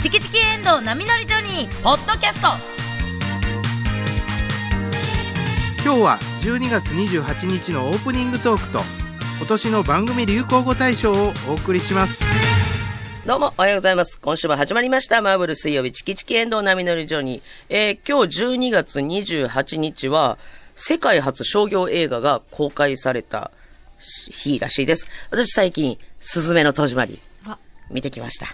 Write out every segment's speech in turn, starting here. チキチキエンドウ波乗りジョニー」ポッドキャスト今日は12月28日のオープニングトークと今年の番組流行語大賞をお送りしますどうも、おはようございます。今週も始まりました。マーブル水曜日、チキチキエンドウ波乗りジョニー。えー、今日12月28日は、世界初商業映画が公開された日らしいです。私最近、スズメの戸締まりあ、見てきました。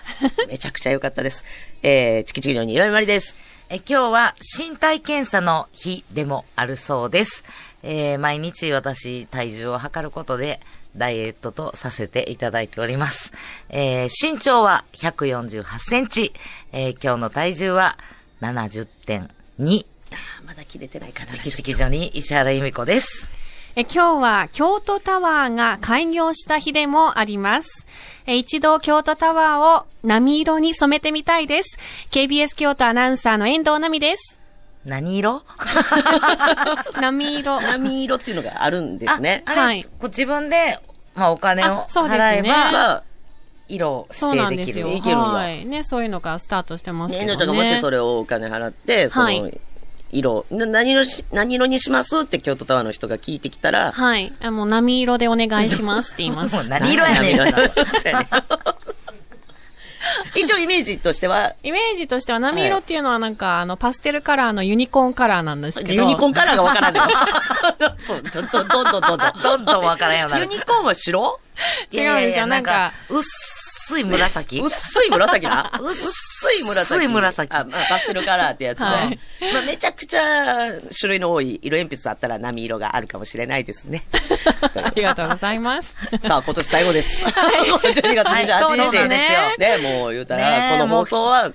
めちゃくちゃ良かったです。えー、チキチキジョニー、いろいまりです。え今日は身体検査の日でもあるそうです。えー毎日私体重を測ることでダイエットとさせていただいております。えー身長は148センチ。えー今日の体重は70.2。あまだ切れてないかな。チキチキジョニー石原由美子です。え今日は京都タワーが開業した日でもあります。え一度京都タワーを波色に染めてみたいです。KBS 京都アナウンサーの遠藤奈美です。何色波色。波色っていうのがあるんですね。 あれ、はいこう自分で、まあ、お金をあそうですね払えば、まあ、色をそう指なん定でできする。よ。いけるんだはい。ね、そういうのがスタートしてますけどね、ね。のちゃんがもしそれをお金払って、そはのい、色、な何色し、何色にしますって京都タワーの人が聞いてきたら、はい。あもう波色でお願いしますって言います も。う何色やねん。涙 がそうやね一応イメージとしては、イメージとしては波色っていうのはなんか、あの、パステルカラーのユニコーンカラーなんですけど。 ユニコーンカラーがわから んのそう、どどどんどんどんどん。どんどんわからんようになユるニコーンは白違うんですよなんか、薄い紫。薄い紫な 薄薄い紫。薄い紫あ、まあ、パステルカラーってやつで。はいまあ、めちゃくちゃ種類の多い色鉛筆だったら波色があるかもしれないですね。ありがとうございます。さあ、今年最後です。12月 はいそう28なん日。ですね、もう言うたら、ねこの放送は、今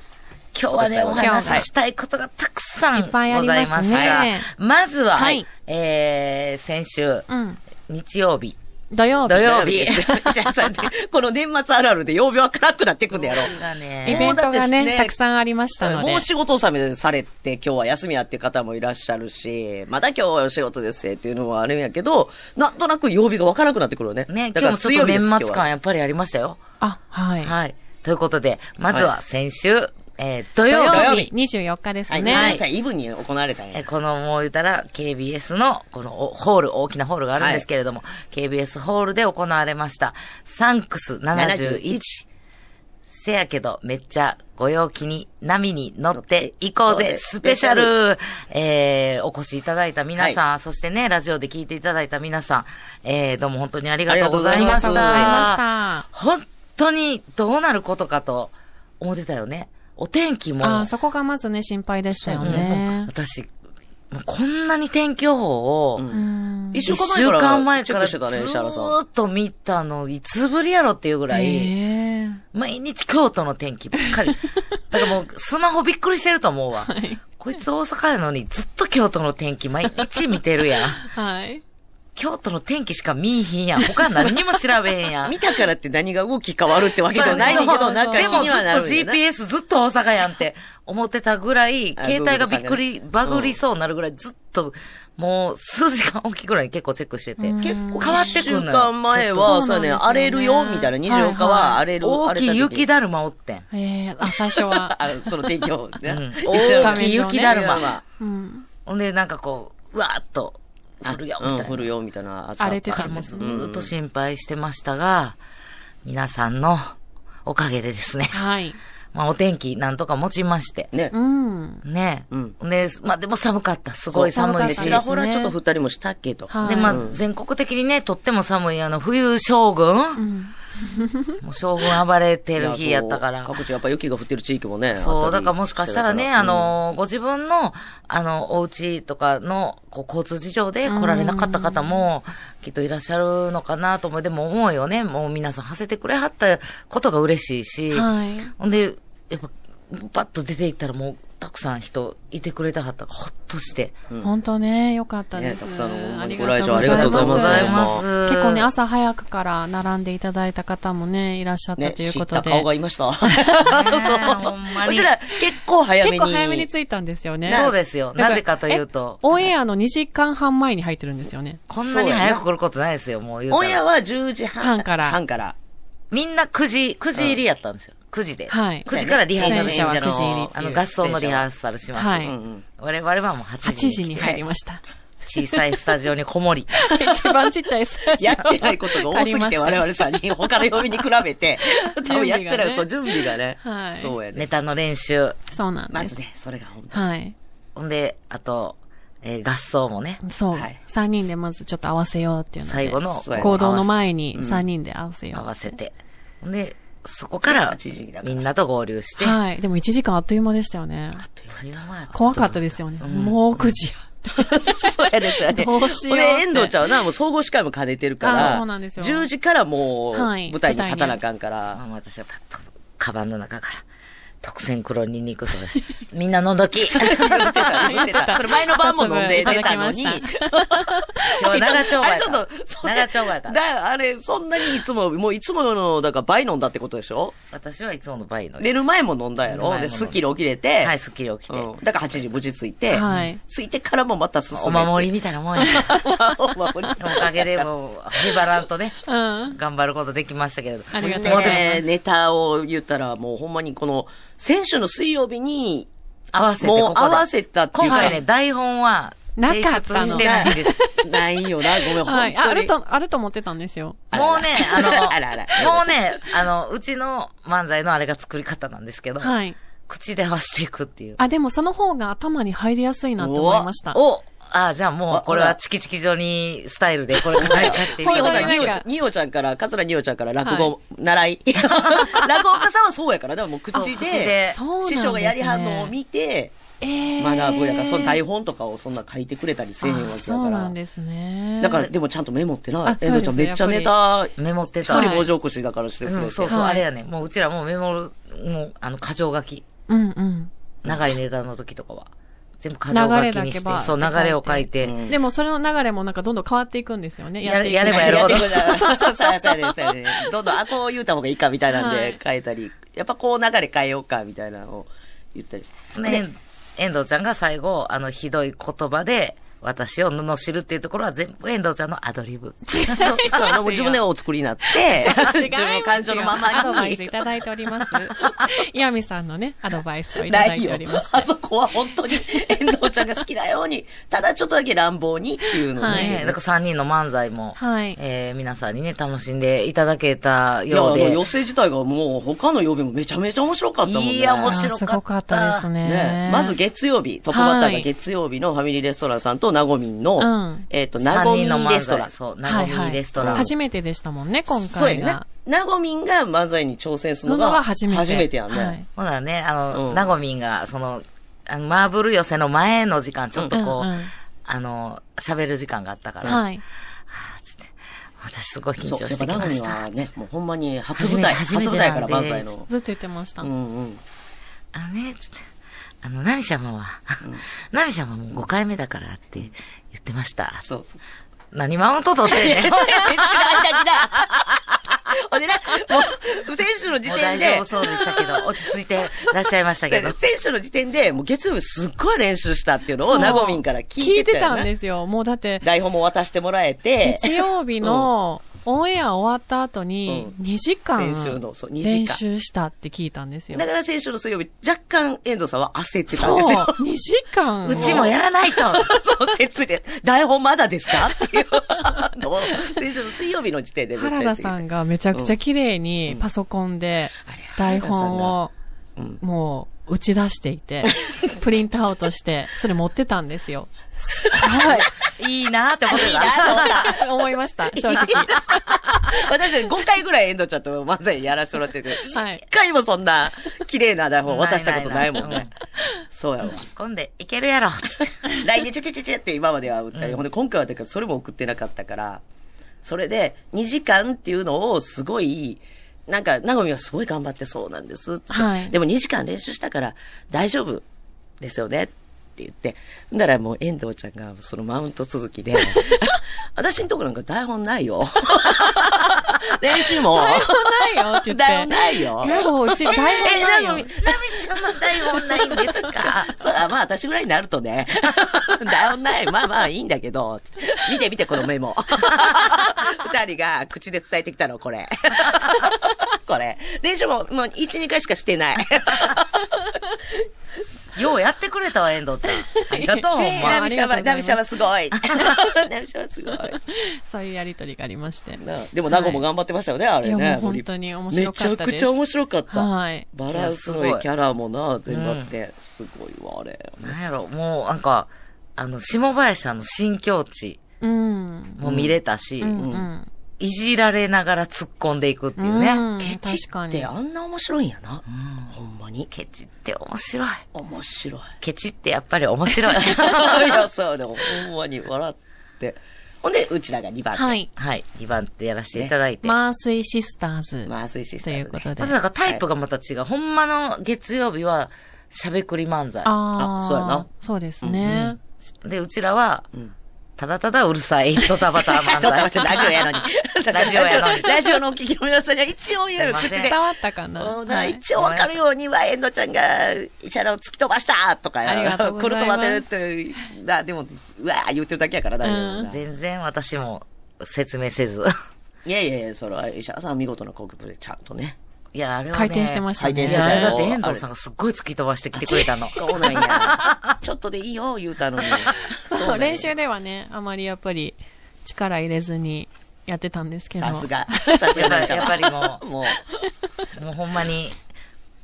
日はね、お話ししたいことがたくさんございますが、いっぱいありますねまずは、はいえー、先週、 うん。日曜日、土曜日。土曜日いや いやそうやってこの年末あるあるで曜日は辛くなってくんだやろ。がイね、ベントもうだっがてね、ねたくさんありましたので。もう仕事納めされて、今日は休みやっていう方もいらっしゃるし、また今日はお仕事ですっていうのもあるんやけど、なんとなく曜日がわからなくなってくるよね。ね、だ今か日らもち水ょっと曜日で年す末今日感はやっぱりありましたよ。あ、はい。はい。ということで、まずは先週、えー、土土曜日、曜土曜日日、24日ですはい、ね。ね、イブに行われたんえや。この、もう言うたら、KBS の、このおホール、大きなホールがあるんですけれども、KBS ホールで行われました、サンクス71。せやけど、めっちゃ、ご陽気に、波に乗っていこう乗って行こうぜぜ、スペシャル、えー、お越しいただいた皆さん、はそしてね、ラジオで聞いていただいた皆さん、えー、どうも本当にありがとうございました。ありがとうございま本当に、どうなることかと、思ってたよね。お天気も、あーそこがまずね、心配でしたようんね。私、もうこんなに天気予報を、うん一一週週間間前前かかららチずェックしてたね石原さんーっと見たの、いつぶりやろっていうぐらい、ええ毎日京都の天気ばっかり。だからもう、スマホびっくりしてると思うわ。いこいつ大阪やのにずっと京都の天気毎日見てるやん。はい。京都の天気しか見いひんやん。他何にも調べへんやん。見たからって何が動き変わるってわけじゃないんやけそど、うなんか気でもにずはなるんっやとな GPS ずっと大阪やんって思ってたぐらい、あ携帯がびっくごめんなさいり、ねバグりそうになるぐらいずっと、もう数時間大きいぐらいに結構チェックしてて。うん結構変わってくる一の週よ間前は、ちょそうっとそうなんね、ですよね荒れるよ、みたいな、24日は荒れる。大きい雪だ。だるまおってん。ええあ、最初は。あ、その天気予報ね。うん 大きい雪だるま。うん。ほんで、なんかこう、うわーっと、降るよ、みたいうん、な。降るよ、みたいな。荒れてたんもでうすずーっと心配してましたが、皆さんのおかげでですね、 はい。まあお天気なんとか持ちまして、ねう。ん。ね。うんね、まあでも寒かった。すごい寒いで、そうちし。らほらちょっと降ったりもしたけど。はい。で、まあう、全国的にね、とっても寒い、あの、冬将軍、んもう将軍暴れている日やったかそらう。各地やっぱ雪が降ってる地域もね。そあう、っただりからもしかしたらね、てあ、の、ご自分の、あの、お家とかの、こう、交通事情で来られなかった方も、きっといらっしゃるのかなと思う。でも思うよね。もう皆さん、はせてくれはったことが嬉しいし。はい。ほんで、やっぱ、パッと出て行ったらもう、たくさん人いてくれたかったから、ほっとして。うん本当ね、よかったでねす。たくさんのありご来場ありがとうござありがとういますがとうございます結構ね、朝早くから並んでいただいた方もね、いらっしゃったね、という知こっとたで。顔がいました。そう。ほん まにうちら結構早めに。結構早めに着いたんですよね。そうですよ。だらなぜかというとえ、オンエアの2時間半前に入ってるんですよね。こんなに早く来ることないですよ、もう言うオたンエアら。は10時半半から半から。みんな9時、9時入りやったんですよ。 9時で。はい9時からリハーサル出演者は演者9時入りっの、ていあうの、合奏のリハーサルします。はういんうん我々はもう8 8時に来て。時に入りました。小さいスタジオにこもり。一番ちっちゃいスタジオ やってないことが多すぎて、 我あ々さんに、他の曜日に比べ て、多分やってない、準備がねそう、準備がね。はいそうやね。ネタの練習。そうなんまでずす。ね、それが本当はい。ほんで、あと、えー合奏もね。そうはい。三人でまずちょっと合わせようっていうので。最後のそうやね行動の前にうん三人で合わせよ合わう。せて。ほんで、そこから8時だからみんなと合流して。はい。でも1時間あっという間でしたよね。それは怖かったですよね。うんもう9時や。そうやね、そうやね。 どうしようこってれ、遠藤ちゃんはな、もう総合司会も兼ねてるから、あそうなんですよ10時からもう、はい舞台に立たなあかんから、まあ私はパッと、カバンの中から、特選黒ニンニクソです。みんなのどき。今言ってた、言ってた。 それ前の晩も飲んでいた出だきたのまにした、 日は長丁場あやれちかょっら。と、それ長丁場やから。だ、あれ、そんなにいつも、もういつもの、だから倍飲んだってことでしょ私はいつもの倍の。寝る前も飲んだや寝る前もろ飲んで、だスッキリ起きれて、はい、スッキリ起きて。うん。だから8時無事着いて、はい着いてからもまた進めてお 守りみたいなもんや。お守り。おかげでもう、ヘバランとね、うん。頑張ることできましたけれど。ありがとうございもまうですも、ねネタを言ったら、もうほんまにこの、先週の水曜日に、合わせてここで。もう合わせたってい今う回ね、はい台本は、な提か出ったのしてないんです。ないよな、ごめん、ほんはい。あ、あると、あると思ってたんですよ。もうね、あの、あらあらもうね、あの、うちの漫才のあれが作り方なんですけど、はい。口で合わせていくっていう。あ、でもその方が頭に入りやすいなって思いました。おあ、じゃあもあう、これはチキチキ上にスタイルで、これから行かせていそたうだだきまかす。ら、になんおかちゃんにおちゃんから、桂におちゃんから落語、習 い。落語家さんはそうやから、でももう口そう口でで、そうなんですね師匠がやりはんのを見て、ええ学ぶやから、その台本とかをそんな書いてくれたりせえへんわけやから。そうなんですね。だから、でもちゃんとメモってなあい。えのちゃそうんですめよっちゃネタ、メモって一た。人文字起こしだからしてくれうて。ん、そうそう、はいあれやね。もううちらもうメモる、もう、あの、過剰書き。うんうん。長いネタの時とかは。全部過剰書きに流れだけしてば、そう、流れを書いて。うんでもそれの流れもなんかどんどん変わっていくんですよね。やっていくやればやるほどってくださいそうそうそうやねそうやねどんどん、あ、こう言うた方がいいかみたいなんはでい変えたり、やっぱこう流れ変えようかみたいなのを言ったりして。ね、遠藤ちゃんが最後、あの、ひどい言葉で、私を罵るっていうところは全部遠藤ちゃんのアドリブ。そうそうやな、もう自 分でお作りになって、違自い分のま感す情よのま まアドバイスにい。ただいており ます。岩見さんのね、アドバイスをいたなだいいてよおりまし。て。あそこは本当に、遠藤ちゃんが好きなように、ただちょっとだけ乱暴にっていうのをはいねね。だから3人の漫才も、はいえー皆さんにね、楽しんでいただけたいや、あようの、で。寄席自体がもう他の曜日もめちゃめちゃ面白かったもんね。いや面白あすごかったですね。ね、まず月曜日、トップバッターが月曜日のファミリーレストランさんとナゴミンの、うんえっ、と、ナゴミ三人のン漫才レストラン。そう、はナいゴミはいレストラン。初めてでしたもんね、今そうや回ねが。。ナゴミンが漫才に挑戦するののがが初めて。やんね。はいほらね、あうの、んナゴミンが、その、あのマーブル寄せの前の時間、ちょっとこう、うんうんあの、喋る時間があったから、はい。あちょっと私すごい緊そう、や張っしぱてきナゴまミンした。はね、もうほんまに初舞台、初初舞めて初めて台からなん漫で才の。ずっと言ってました。うんうん。あのね、ちょっと、あの、ナミ様は、 ナミ様も5回目だからって言ってました。そうそうそう。何マウント 取ってんねえ、ん。違う、違う、違う。ほんでな、もう、選手の時もう点大で、丈夫そうでした けど、落ち着いてらっしゃいましたけど選。手の時点で、もう月曜日すっごい練習したっていうのそをうナゴミンから聞聞いいててたよたねんですよ。もうだって、台本も渡してもらえて、月曜日のオンエア終わった後に、2時間先週のそう二時間練習したって聞いたんですよだ。から先週の水曜日、若干遠藤さんは焦ってたそんでう、すよ。 2時間。うちもやらな いと。そう、せついて、台本まだですかっていうのを、先週の水曜日の時点でめっちゃ原言田ってきてさんがめちゃくちゃ綺麗にパソコンで台本をうんもう打ち出してい て、プリントアウトして、それ持ってたんですよ。はい。いいなーって思ってた。 思いました、正直。私たち5回ぐらい遠藤ちゃんと漫才やらせてもらってるけど、はい1回もそんな綺麗な台本渡したことないもんないないね。そうやわ。今度いけるやろ。つっ て来年ちゃちゃちゃちゃって今までは歌い、ほんで今回はだからそれも送ってなかったから、それで2時間っていうのをすごい、なんか、なごみはすごい頑張ってそうなんですっつって。はいでも2時間練習したから大丈夫ですよね。って言って。だからもう遠藤ちゃんがそのマウント続 きで、私んとこなんか台本ないよ。 練習も。台本ないよって言って。台本ないよなんかうち台本ないよ。ナミシャマ台本ないんですか そうあまあ私ぐらいになると ね、だよない、まあまあいいんだけど、見て見てこのメ モ。二人が口で伝えてきたの、こ れ。これ。練習ももう一、二回しかしてない。ようやってくれたわ、遠藤ちゃん。ありがとう、 ほんまま。ダミシャあバ、りダがとうございますミシャバすご い。ダミシャバすごい。そういうやりとりがありまして。なでも、ナゴも頑張ってましたよね、あれいやね。もう本当に面白かったですめちゃくちゃ面白かった。はいバランスのいやすいごいいキャラもな、全部あって。すごいわ、あれ。なんやろ、もうなんか、あの、下林さんの新境地うん。も見れたし、うんうん。いじられながら突っ込んでいくっていうね。うんケチ確かっにて。あんな面白いんやな。ほんまに。ケチって面白い。面白い。 ケチってやっぱり面 白い。いや、そうでも、ほんまに笑って。ほんで、うちらが2番手。はい。はい、2番手やらせていただいて。マースイシスターズ。まあ、水シスとターいうズこね、とでまず。なんかタイプがまた違う。ほんまの月曜日は、しゃべくり漫才。ああ。あそうやな。そうですね。で、うちらはん、ただただうるさい、ドタバタ 漫才。ちょっと待って、ラジオやのに。ラジオやのに ラジオのお聞きの皆さんには一応言うすいません口で伝。わったかなうんはい一応わかるようには、遠藤ちゃんが、医者を突き飛ばしたとか、ありがとうござ来いますると待ってって、なでも、うわー言ってるだけやから大丈夫だ。全然私も説明せず。 いやいやいや、それは、医者さんは見事な国分でちゃんとね。いや、あれはね。回転してました回ね。転いしてや、たよあれだって遠藤さんがすっごい突き飛ばしてきてくれたの。そう なんや。ちょっとでいいよ、言うたの に。そうなんや練習ではね、あまりやっぱり力入れずにやってたんですけど。さすが。さすがの医者やっぱりもうもう。もうほんまに、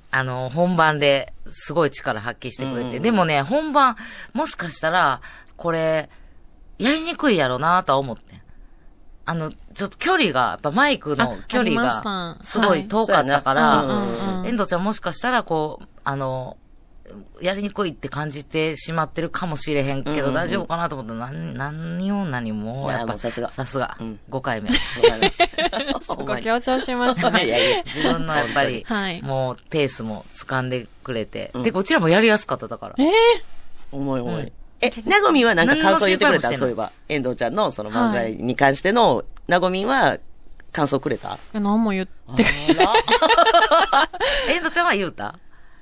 あの、本番ですごい力発揮してくれて。うんでもね、本番、もしかしたら、これ、やりにくいやろなとは思ってん。あの、ちょっと距離が、やっぱマイクのあ距離ありましたが、すごい遠かったかはいら、そうやんなうんうん遠藤ちゃんもしかしたら、こう、あの、やりにくいって感じてしまってるかもしれへんけうんうど、ん大丈夫かなと思ったら、なん、何を何も、いややっもぱ、うさすがさすがうん。 5回目。 そこ強調しますい やいね。やいや。自分のやっぱり、はいもうペースも掴んでくれて。うんで、こちらもやりやすかった だから。えー重い重い。うんえ、なごみんはなんか感想言ってくれ何の心配もしてなたいそういえば。遠藤ちゃんのその漫才に関しての、なごみんは感想くれた何も言ってくれあらエンドちゃんは言うた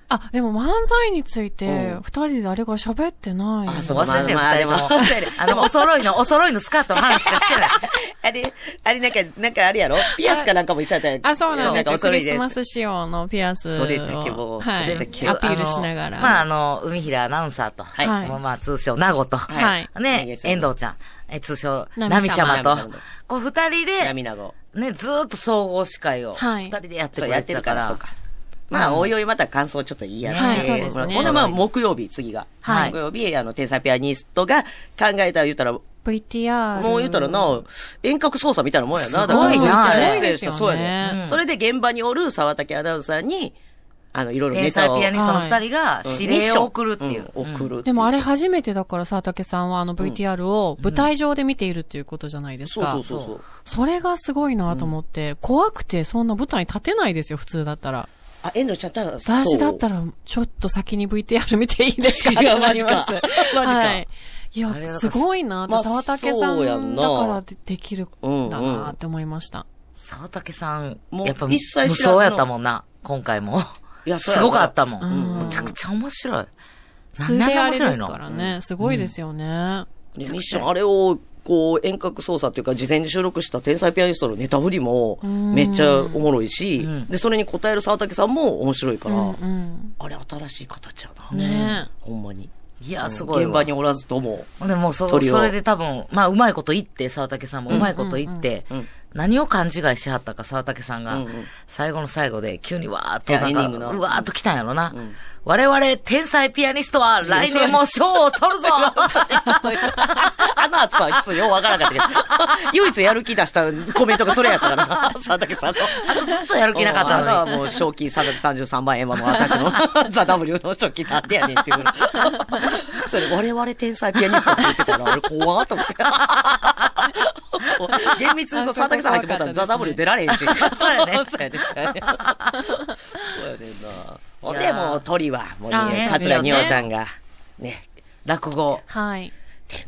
あ、でも漫才についてう、ん二人で誰か喋ってない。あそうもう忘れてるまあ二人まあもでも忘れる。 あの、お揃いの、お揃いのスカートの話しかしてない。 あれ、あれなんか、なんかあれやろピアスかなんかも一緒やったやんあ、そうなんですかよ。ク恐れリスでマス仕様のピアスを。それだけもうはそれい。アだピけールしながら。あのまあ、あの、海平アナウンサーと。いはい。もうまあ、通称、名護と。はいねはいね、遠藤ちゃん。え、通称、ナナミミシシャャママナミシャマと。こう、二人で、涙ご。ね、ずーっと総合司会を、はい二人でやっそてくうやれっててるたか、からそうらか。。まあ、おいおいまた感想ちょっと言いやはいってそうですねほんでまあ、木曜日、次が。はい木曜日、あの、天才ピアニストが考えたら言うたら、 VTR。もう言うたらな、遠隔操作みたいなもんやな。すごいなだからすごいですよねそうやね、うんそれで現場におる沢竹アナウンサーに、あの、いろいろ天ネタ才を。ピアニストの二人がうん指令を送るっていミッうシ。ョンん送る。でもあれ、初めてだからさ、竹さんはあの VTR を舞台上で見ているっていうことじゃないですそうか。そうそうそう。それがすごいなと思って、怖くてそんな舞台立てないですよ、普通だったら。あ、遠藤ちゃんだったら、私だったら。ら、ちょっと先に VTR 見ていいですかいやってなりますマ ジかマジかはい。いあれだかや、らすごいなっまて、あ沢竹さそうやんんなだからでできるんだなって思いました。沢竹さん、もうやっぱ無一切知らずの双やったもんな、今回も。いや そうやすなごかったもうんん。むちゃくちゃ面白い。数でなあんであれんな面白でいすのからね、すごいですよね。でミッション、あれを、こう、遠隔操作っていうか、事前に収録した天才ピアニストのネタ振りも、んめっちゃおもろいし、うんで、それに応える沢竹さんも面白いかうら、んうん。あれ新しい形やな。ねほんまに。いや、すごいわ。現場におらずとも。でもうそ、鳥をそれで多分、まあ、うまいこと言って、沢竹さんもうまいこと言って、うんうんうん何を勘違いしはったか、沢竹さんが、うんうん最後の最後で、急にわーっと、いやなんエンディングか、のうわーっと来たんやろな。ん我々、天才ピアニストは、来年も賞を取るぞあの暑さはちょっとようわからなかったけど、唯一やる気出したコメントがそれやったからな、佐竹さんの。あ とずっとやる気なかったあとのに。はもう賞金333万円はもう私の ザ・ W の賞金なんでやねんっていうの。 それ我々天才ピアニストって言ってたら、俺怖っと思って。厳密にそう佐竹さん入ってもらったらザ・ W 出られへん し。そうやねそうやねん。そうやねんそうやねんな。ほんいでやーもう鳥は、もうあーね、そうです桂よ二ね葉ちゃんが、ね、落語、はい。天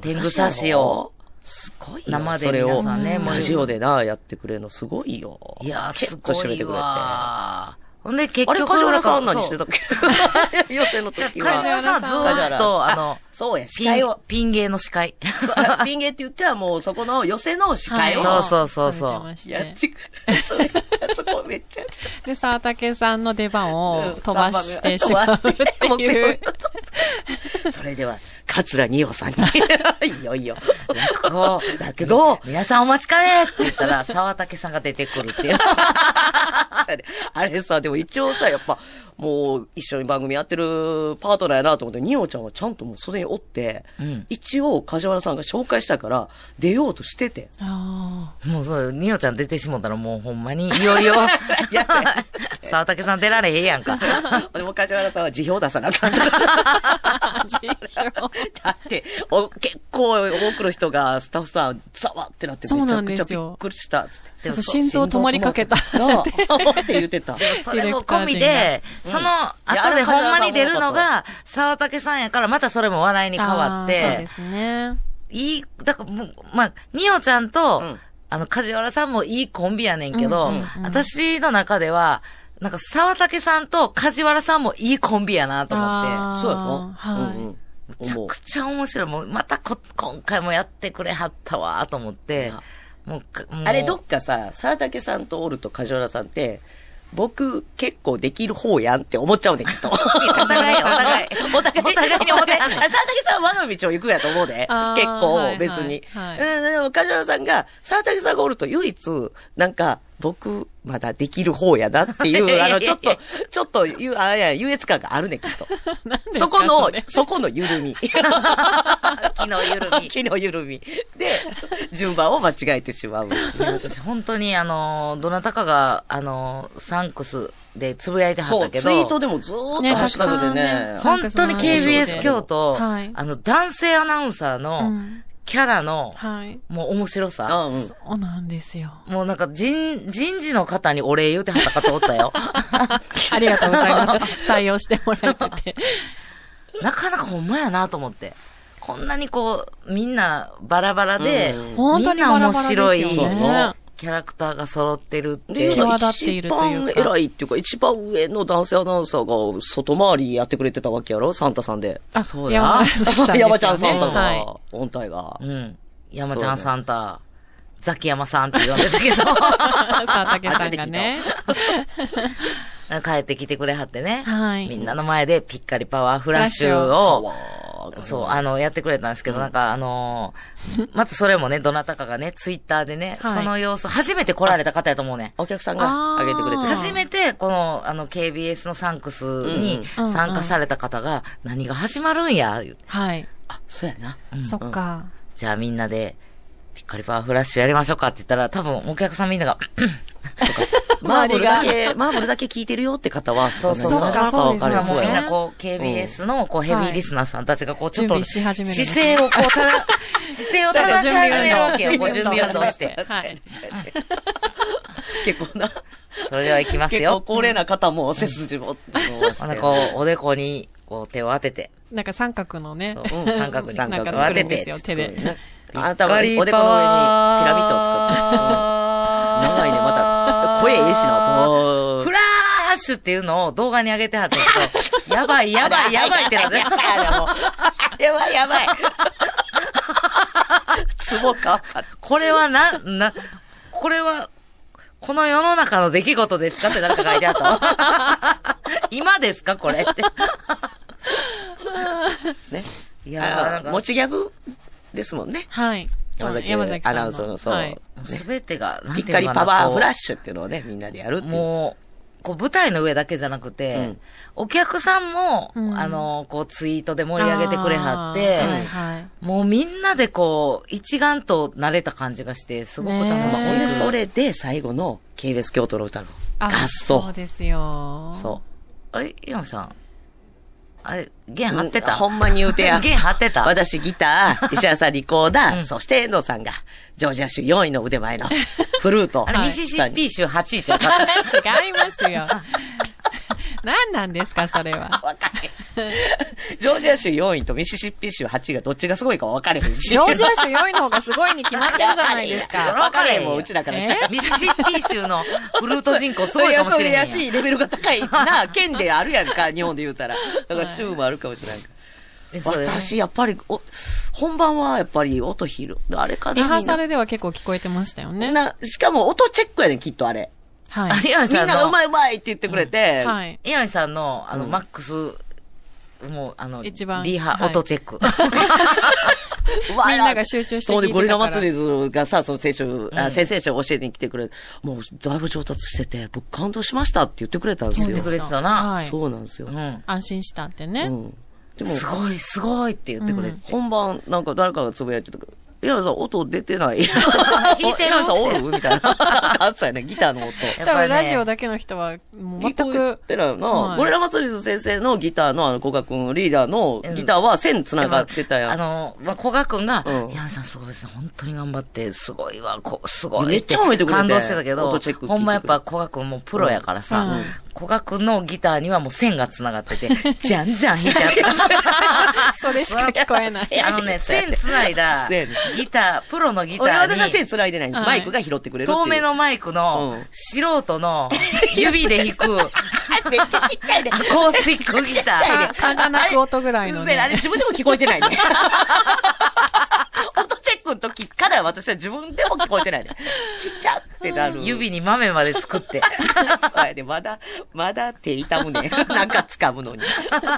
天狗狗差差ししをを。すごいよ。生でそれを皆さんねもうラジオでな、やってくれるのすごいよ。いやー、結す構ご締めていくれて。わー。ほんで、結あれ、局、梶原さん何そうしてたっけ予定のじゃあ梶時は。原さんはずーっと、あの、そうや、司ピ会ンを、。 ピン芸の司会。そうピン芸って言ったらもうそこの寄せの司会を。そうそうそうそうされてましてやってくれ。それそこめっちゃ。で、沢竹さんの出番を飛ばしてし飛まばうしてっていう。 それでは、桂二葉さんに。 いよいよ。落語、落語 皆さんお待ちかねって言ったら、沢竹さんが出てくるっていう。 そうやであれさ、でも一応さ、やっぱ、もう一緒に番組やってるパートナーやなと思って、ニオちゃんはちゃんともうそれにおって、うん一応、梶原さんが紹介したから、出ようとして て。あ もうそうよ、ニオちゃん出てしもたらもうほんまに、いよいよ や。 沢竹さん出られへんや んか。でも梶原さんは辞表出さなあかんから。ー辞表だってお、結構多くの人が、スタッフさん、ざわってなって、そうめちなゃんくでちゃすびっよくりした、つって。でもちょっとそう心臓止まりかけた。な あって言ってた。それも込みで、その後でほんまに出るのが、沢竹さんやから、またそれも笑いに変わっあーそうて、ですね。いい、だからもう、まあ、ニオちゃんと、うんあの、梶原さんもいいコンビやねんけど、うんうんうん私の中では、なんか沢竹さんと梶原さんもいいコンビやなと思っあーそうやろはいうんうん。て、めちゃ思うくちゃ面白い。もう、またこ、今回もやってくれはったわと思って、もうか、もうあれどっかさ、沢竹さんとおると梶原さんって、僕結構できる方やんって思っちゃうねんけど。 お。お互い、お互いお互い、お互いに思ってはんねんあれ沢竹さんは我の道を行くやと思うで。あー結は構い別に。はいうん、でも梶原さんが、沢竹さんがおると唯一、なんか、僕、まだできる方やなってい、いやいうやあいやの、ちょっと、ちょっと、ゆあれや、優越感があるねんけ ど。ですかそこのそれ、そこの緩 み。気の緩 み。気の緩み。で、順番を間違えてしまうっていう。いや私本当にあの、どなたかが、あの、サンクスでつぶやいてはったけど、そう、ツイートでもずーっねとハッシュタグでね。たくさん本ね当に KBS 京都、はいあの、男性アナウンサーうのんキャラの、はい。もう面白さ。うんうん。そうなんですよ。もうなんか人、人事の方にお礼言うてはった方おった よ。ありがとうございます。採用してもらえてて。なかなかほんまやなと思って。こんなにこう、みんなバラバラで、うん本当にバラバラですよね。みんな面白キャラクターが揃ってるって。で、際立っているというか一番偉いっていうか、一番上の男性アナウンサーが外回りやってくれてたわけやろサンタさんで。あ、そうや山田山ちゃんサさンんタとはい。が、音体がう。ん。山ちゃんサンタ、ザキヤマさんって言われたけど。 沢竹さんがね。帰ってきてくれはってね。はいみんなの前でピッカリパワーフラッシフラッュシを、わーそう、あの、やってくれたんですけど、なんかあ のーまたそれもね、どなたかがね、ツイッターでね、はいその様子、初めて来られた方やと思うね。お客さんが上げてくれてあーる。 初めて、この、あの、KBS のサンクスにうんうん参加された方が、何が始まるんや、言うてはい。あ、そうやな。そっか。じゃあみんなで、ピッカリパワーフラッシュやりましょうかって言ったら、多分お客さんみんな が、マーブルだ周け、マーブルだけ聞いてるよって方は、そうそうそう。そなっんかかそうわですかよねる。もうみんなうこう、KBS のこうヘビーリスナーさんたちがこう、ちょっと、準備し始めるんです姿勢をこう、ただ、姿勢を正し始めるわけよ、こう、準準備備運運動動 して。はい。やね結構な、それでは行きます結構よ。高齢な方も背筋も、ほんでこう、おでこに、こう、手を当てて、なんか三角のねそ。 う三角に、三角をに当て作るんですてよ、手でねあなたはおでこの上にピラミッドを作って。うん長いね、また。声ええしな、もフラッシュっていうのを動画に上げてはったんですけど、やばい、やばい、やばいっ てなって。やばい、やばい。ツボか、さこれはな、な、これは、この世の中の出来事ですかってなんか書いてあったわ 今ですかこれって。ね。いいやーなんか持ちギャグですもんね。はい。山崎山崎さんアナウンサーの、そう。はいすべてが、なんピッていカうリのパかワなーフラッこシュっていうのをね、みんなでやるってう、いう。もう、こう舞台の上だけじゃなくて、うんお客さんも、うんあの、こうツイートで盛り上げてくれはって、あーはいはい。もうみんなでこう、一丸と慣れた感じがして、すごく楽まあしい。ほんねでえそれで最後の KBS 京都の歌の合あ、そう奏。ですよ。そう。あれ、山さん。あれ、弦張ってた、うんほんまに言うてや。弦張ってた私ギター、石原さんリコーダー、うんそして遠藤さんが、ジョージア州4位の腕前のフルート。あれ、はいミシシッピ州8位ちゃうか違いますよ。何なんですか、それは。わかれへん。 ジョージア州4位とミシシッピ州8位がどっちがすごいか分かれへんし。ジョージア州4位の方がすごいに決まってるじゃな いですやそれか。は分かれへんもううちらからしたら。ミシシッピ州のフルート人口すごいかもしれへんやん。そりゃそうやし、レベルが高いな、 県であるやんか、日本で言うたら。だから州もあるかもしれないから。えそれ私、やっぱり、お、本番はやっぱり音拾う。あれかな リハーサみルでは結構聞こえてましたよんね。な、しかも音チェックやねん、きっとあれ。はい。有吉みんさなんのがうまいうまいって言ってくれて、はい。岩見さんの、あの、うんマックス、もう、あの、一番リハ、はい音チェッ ク。うわみんなが集中してそ聞いてたからうねゴリラ祭りズがさ、その聖書、あ先生書を教えに来てくれて、もうだいぶ上達してて、僕感動しましたって言ってくれたんです言よって。くれてたなはい。そうなんですよ。うん。安心したってね。うん。でも、すごい、すごいって言ってくれて。本番、なんか誰かがつぶやいてたけど、矢部さん音出て ない。弾いてる矢部さんおるみたいな。あったよね、ギターの音。やっ多ぱ分りねラジオだけの人は、もう全聞こくえ、てるよな、はいゴリラ祭りの先生のギターのあの、古賀くん、リーダーのギターは線繋がってたやん。あの、まあ、古賀くんが、うん岩見さんすごいですね。本当に頑張って、すごいわ、こすごい。めっちゃ褒めてくれて感動してたけど音チェック聞いてくれ、て本番やっぱ古賀くんもプロやからうんさうん、古賀くんのギターにはもう線が繋がってて、 じゃんじゃん弾いてあった。それしか聞こ えない。あのね、線繋いだ線、ギター、プロのギター俺に。は私は線繋いでないんです。はいマイクが拾ってくれるっていう。遠目のマイクうのん、素人の、 指で弾く、めっちゃちっちゃいね。アコースティックギちタっちゃいー。あ簡単なクオートぐらいうのるね、せえなあれ自分でも聞こえて ないね。音チェックの時から私は自分でも聞こえてないね。ちっちゃってなる。指に豆まで作って。そうやね。まだ、まだ手痛 むね。なんか掴むのに。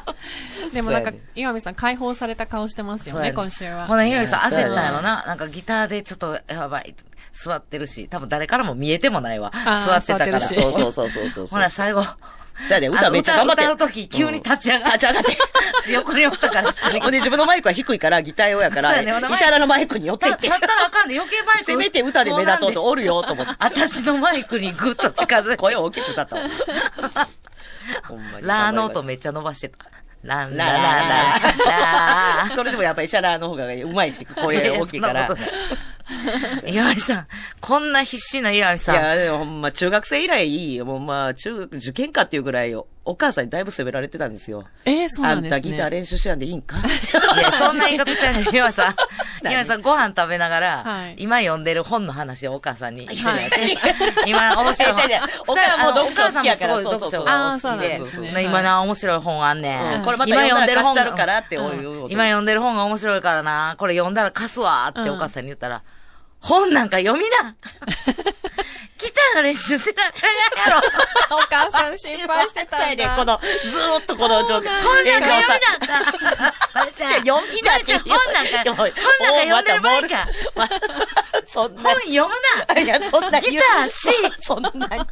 でもなんかそうや、岩見さん解放された顔してますよね、や今週ほは。な、ひろゆきさん焦ったんやろな。なんかギターでちょっと、やばい。座ってるし、多分誰からも見えてもないわ。あー座ってたから。座ってるしそうそうそうそうそうそほう。な、最後。そうやね。あ歌のめっちゃ頑張って。歌歌うとき、急に立ち上がっ立ち上が って。て、横におったからしてほんで自分のマイクは低いから、ギター用やかそうやねほら、んで石原のマイクに寄っていたっ立てっ。たらあかんで、余計マイク。せめて歌で目立とうともおるよ、と思ってなん。で私のマイクにぐっと近づいて、声を大きく歌った わ。ほんまにラーの音めっちゃ伸ばしてた。ランララララララそれでもやっぱり石原の方がうまいし、声大きいか いら。やそんなことない岩見さん、こんな必死な岩見いさん。や、でもほんま、中学生以来いいよ。もうまあ、中学、受験かっていうぐらい、お母さんにだいぶ責められてたんですよ。えー、そうあなんんでたすギターね。練習しやんでいいん かいや、そんな言い方ちゃうね。岩さん。岩さん、ご飯食べながら、はい今読んでる本の話をお母さんに一緒にやって、はい今、面白い本いやいやいやお母さんもあの読書好きやからお母さんもすごい読書あがあ、そう好なきんでですね。今はいな、面白い本あんね。うんんこれまた今読んだら本貸したるからっておいううん今読んでる本が面白いからな、これ読んだら貸すわってお母さんに言ったら、本なんか読み なギターの練習せなあかんやろお母さん心配してたんねだ。この、ずーっとこの状況。本なんかえ読みなあかんじゃあ読みなって言う本なんか、本なんか読んでる場合か。またまたそん本な。読む ないや、そんなに言うギター C そんなに、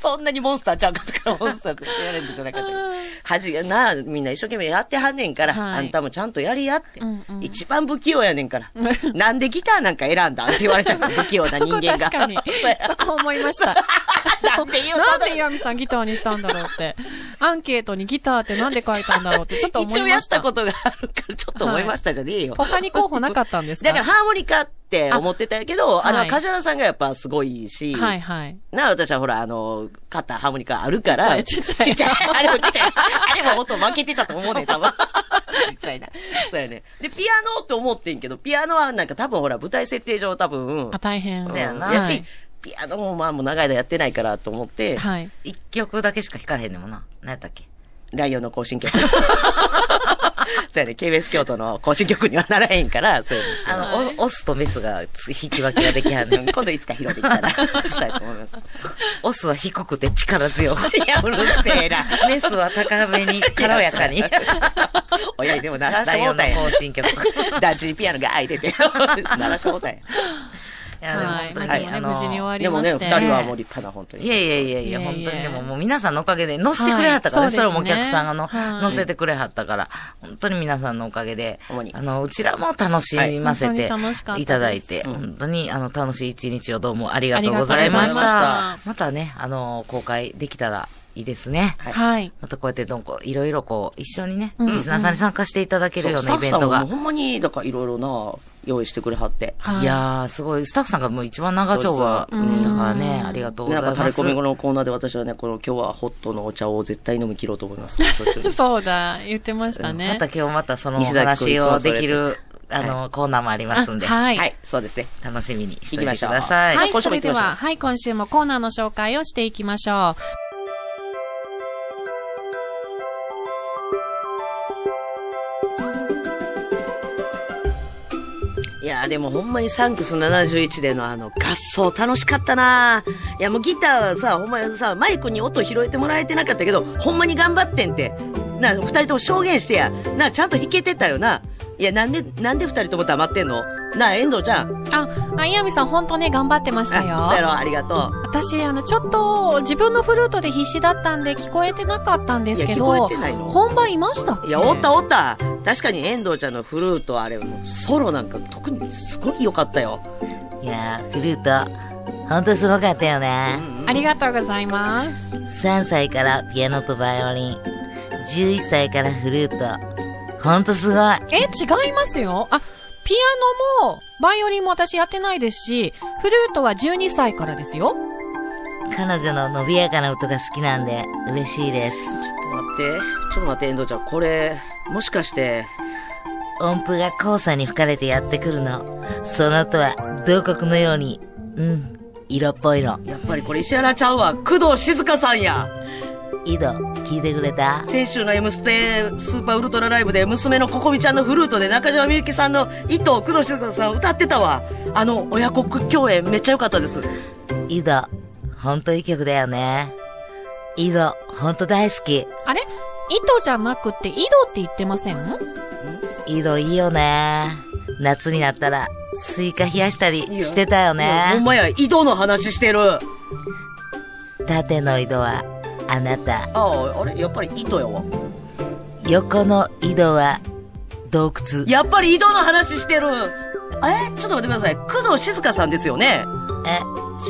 そんなにモンスターちゃうかとか、モンスターとかやれんじゃなかったけど。はじな、みんな一生懸命やってはんねんから、はいあんたもちゃんとやりやって。うんうん一番不器用やねんから。なんでギターなんか選んだんって言われたんですよ不器用な人そこ間が。。確かに そうやそこ思いました。 なんで言うなんので岩見さんギターにしたんだろうって。アンケートにギターってなんで書いたんだろ うって、ちょっと思いまし一た。応やったことがあるから、ちょっと思いましたじゃねえよ。他に候補なかったんです かだからハーモニカって思ってたけど、ああの、はい梶原さんがやっぱすごいし、はいはい。な、私はほら、あの、買ったハーモニカあるから、ちっちゃいちっちゃいあれもちっちゃい。 あれも音負けてたと思うねん、多分。 実際な。そうやね。で、ピアノって思ってんけど、ピアノはなんか多分ほら、舞台設定上多分、あ、大変。そうやなやはしい、ピアノもまあもう長い間やってないからと思って、はい。一曲だけしか弾かれへんねんもんな。何やったっけライオンの行進曲。 そうやね、KBS 京都の行進曲にはならへんから、そうですよ。あの、オスとメスがつ引き分けができはんねうん ん今度いつか披露できたら、したいと思います。オスは低くて力強く。いや、うるせえな。メスは高め に、軽やかに。親にでも鳴らしラてイもオうンたんのや行。進 曲。いダッチピアノが開いてて、鳴らしてもうたんや。や、でもはい。本当に、まああでもね、の無事に終わりでもまね、し二て。人はもう立派な、本当に。いやいやいやいや、いやい本や当にでももう皆さんのおかげで、乗せてくれはったから、はいそれもお客さんがそうの、ですねはい乗せてくれはったから、本当に皆さんのおかげで主に、あの、うちらも楽しませはいて本当に楽しかったですいただいて、うん本当にあの、楽しい一日をどうもありがとうございあまりしがとうございたまし。またね、あの、公開できたらいいですね。はいはい。またこうやってどんこ、いろいろこう、一緒にね、うんリスナーさんに参加していただけるようなそうイベントがスタッフさんも。ほんまに、だからいろいろな、用意してくれはって。いやー、すごい。スタッフさんがもう一番長丁場でしたからね。ありがとうござないんまかす。食べ込みのコーナーで私はね、この今日はホットのお茶を絶対飲み切ろうと思います。そう そうそうだ、言ってましたね。また今日またそのお西崎君話をできそうる、あの、コーナーもありますんで。あはいはい、そうですね。楽しみにしてお行いきまてしょくうださい。はい、今週そもれ行きでましょうは、はい、今週もコーナーの紹介をしていきましょう。いやーでもほんまにサンクス71でのあの合奏楽しかったなーいやもうギターはさ、ほんまにさ、マイクに音拾えてもらえてなかったけど、ほんまに頑張ってんって。なあ、二人とも証言してや。なあ、ちゃんと弾けてたよな。いや、なんで、なんで二人とも黙ってんのなあ、遠藤ちゃん。あ、あ、いやみさん、本当ね、頑張ってましたよあ、。そうやろ、ありがとう。私、あの、ちょっと、自分のフルートで必死だったんで、聞こえてなかったんですけど、いや聞こえてないの本番いましたっけいや、おったおった。確かに遠藤ちゃんのフルートあれ、もうソロなんか特にすごい良かったよ。いやー、フルート、ほんとすごかったよね。ありがとうございます。 3歳からピアノとバイオリン、11歳からフルート。ほんとすごい。え、違いますよ。あ、ピアノも、バイオリンも私やってないですし、フルートは12歳からですよ。彼女の伸びやかな音が好きなんで、嬉しいです。ちょっと待って。ちょっと待って、遠藤ちゃん。これ、もしかして、音符が交差に吹かれてやってくるの。その音は、同国のように、うん、色っぽいの。やっぱりこれ石原ちゃんは工藤静香さんや。井戸、聞いてくれた先週の M ステスーパーウルトラライブで娘のココミちゃんのフルートで中島みゆきさんの糸を工藤静香さん歌ってたわ。あの親子共演めっちゃ良かったです。井戸、ほんといい曲だよね。井戸、ほんと大好き。あれ糸じゃなくて、井戸って言ってません井戸いいよね。夏になったら、スイカ冷やしたりしてたよほんね。まや、井戸の話してる。あ縦の井戸は、あなた。あ、あれやっぱり糸やわ。横の井戸は、洞窟。やっぱり井戸の話してる。えちょっと待ってください。工藤静香さんですよね。え、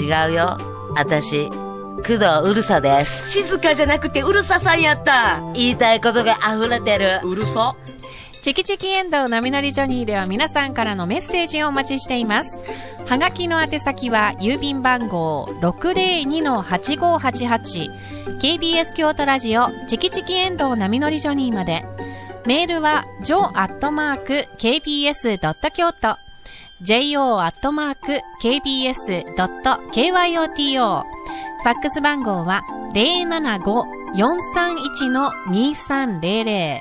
違うよ。私、工藤うるさです。静香じゃなくてうるささんやった。言いたいことが溢れてる。うるさ。チキチキエンドウ波乗りジョニーでは皆さんからのメッセージをお待ちしています。はがきの宛先は郵便番号 602-8588KBS 京都ラジオチキチキエンドウ波乗りジョニーまで。メールは j o k b s k y o t o j o k b s k y o t o ファックス番号は075-431-2300。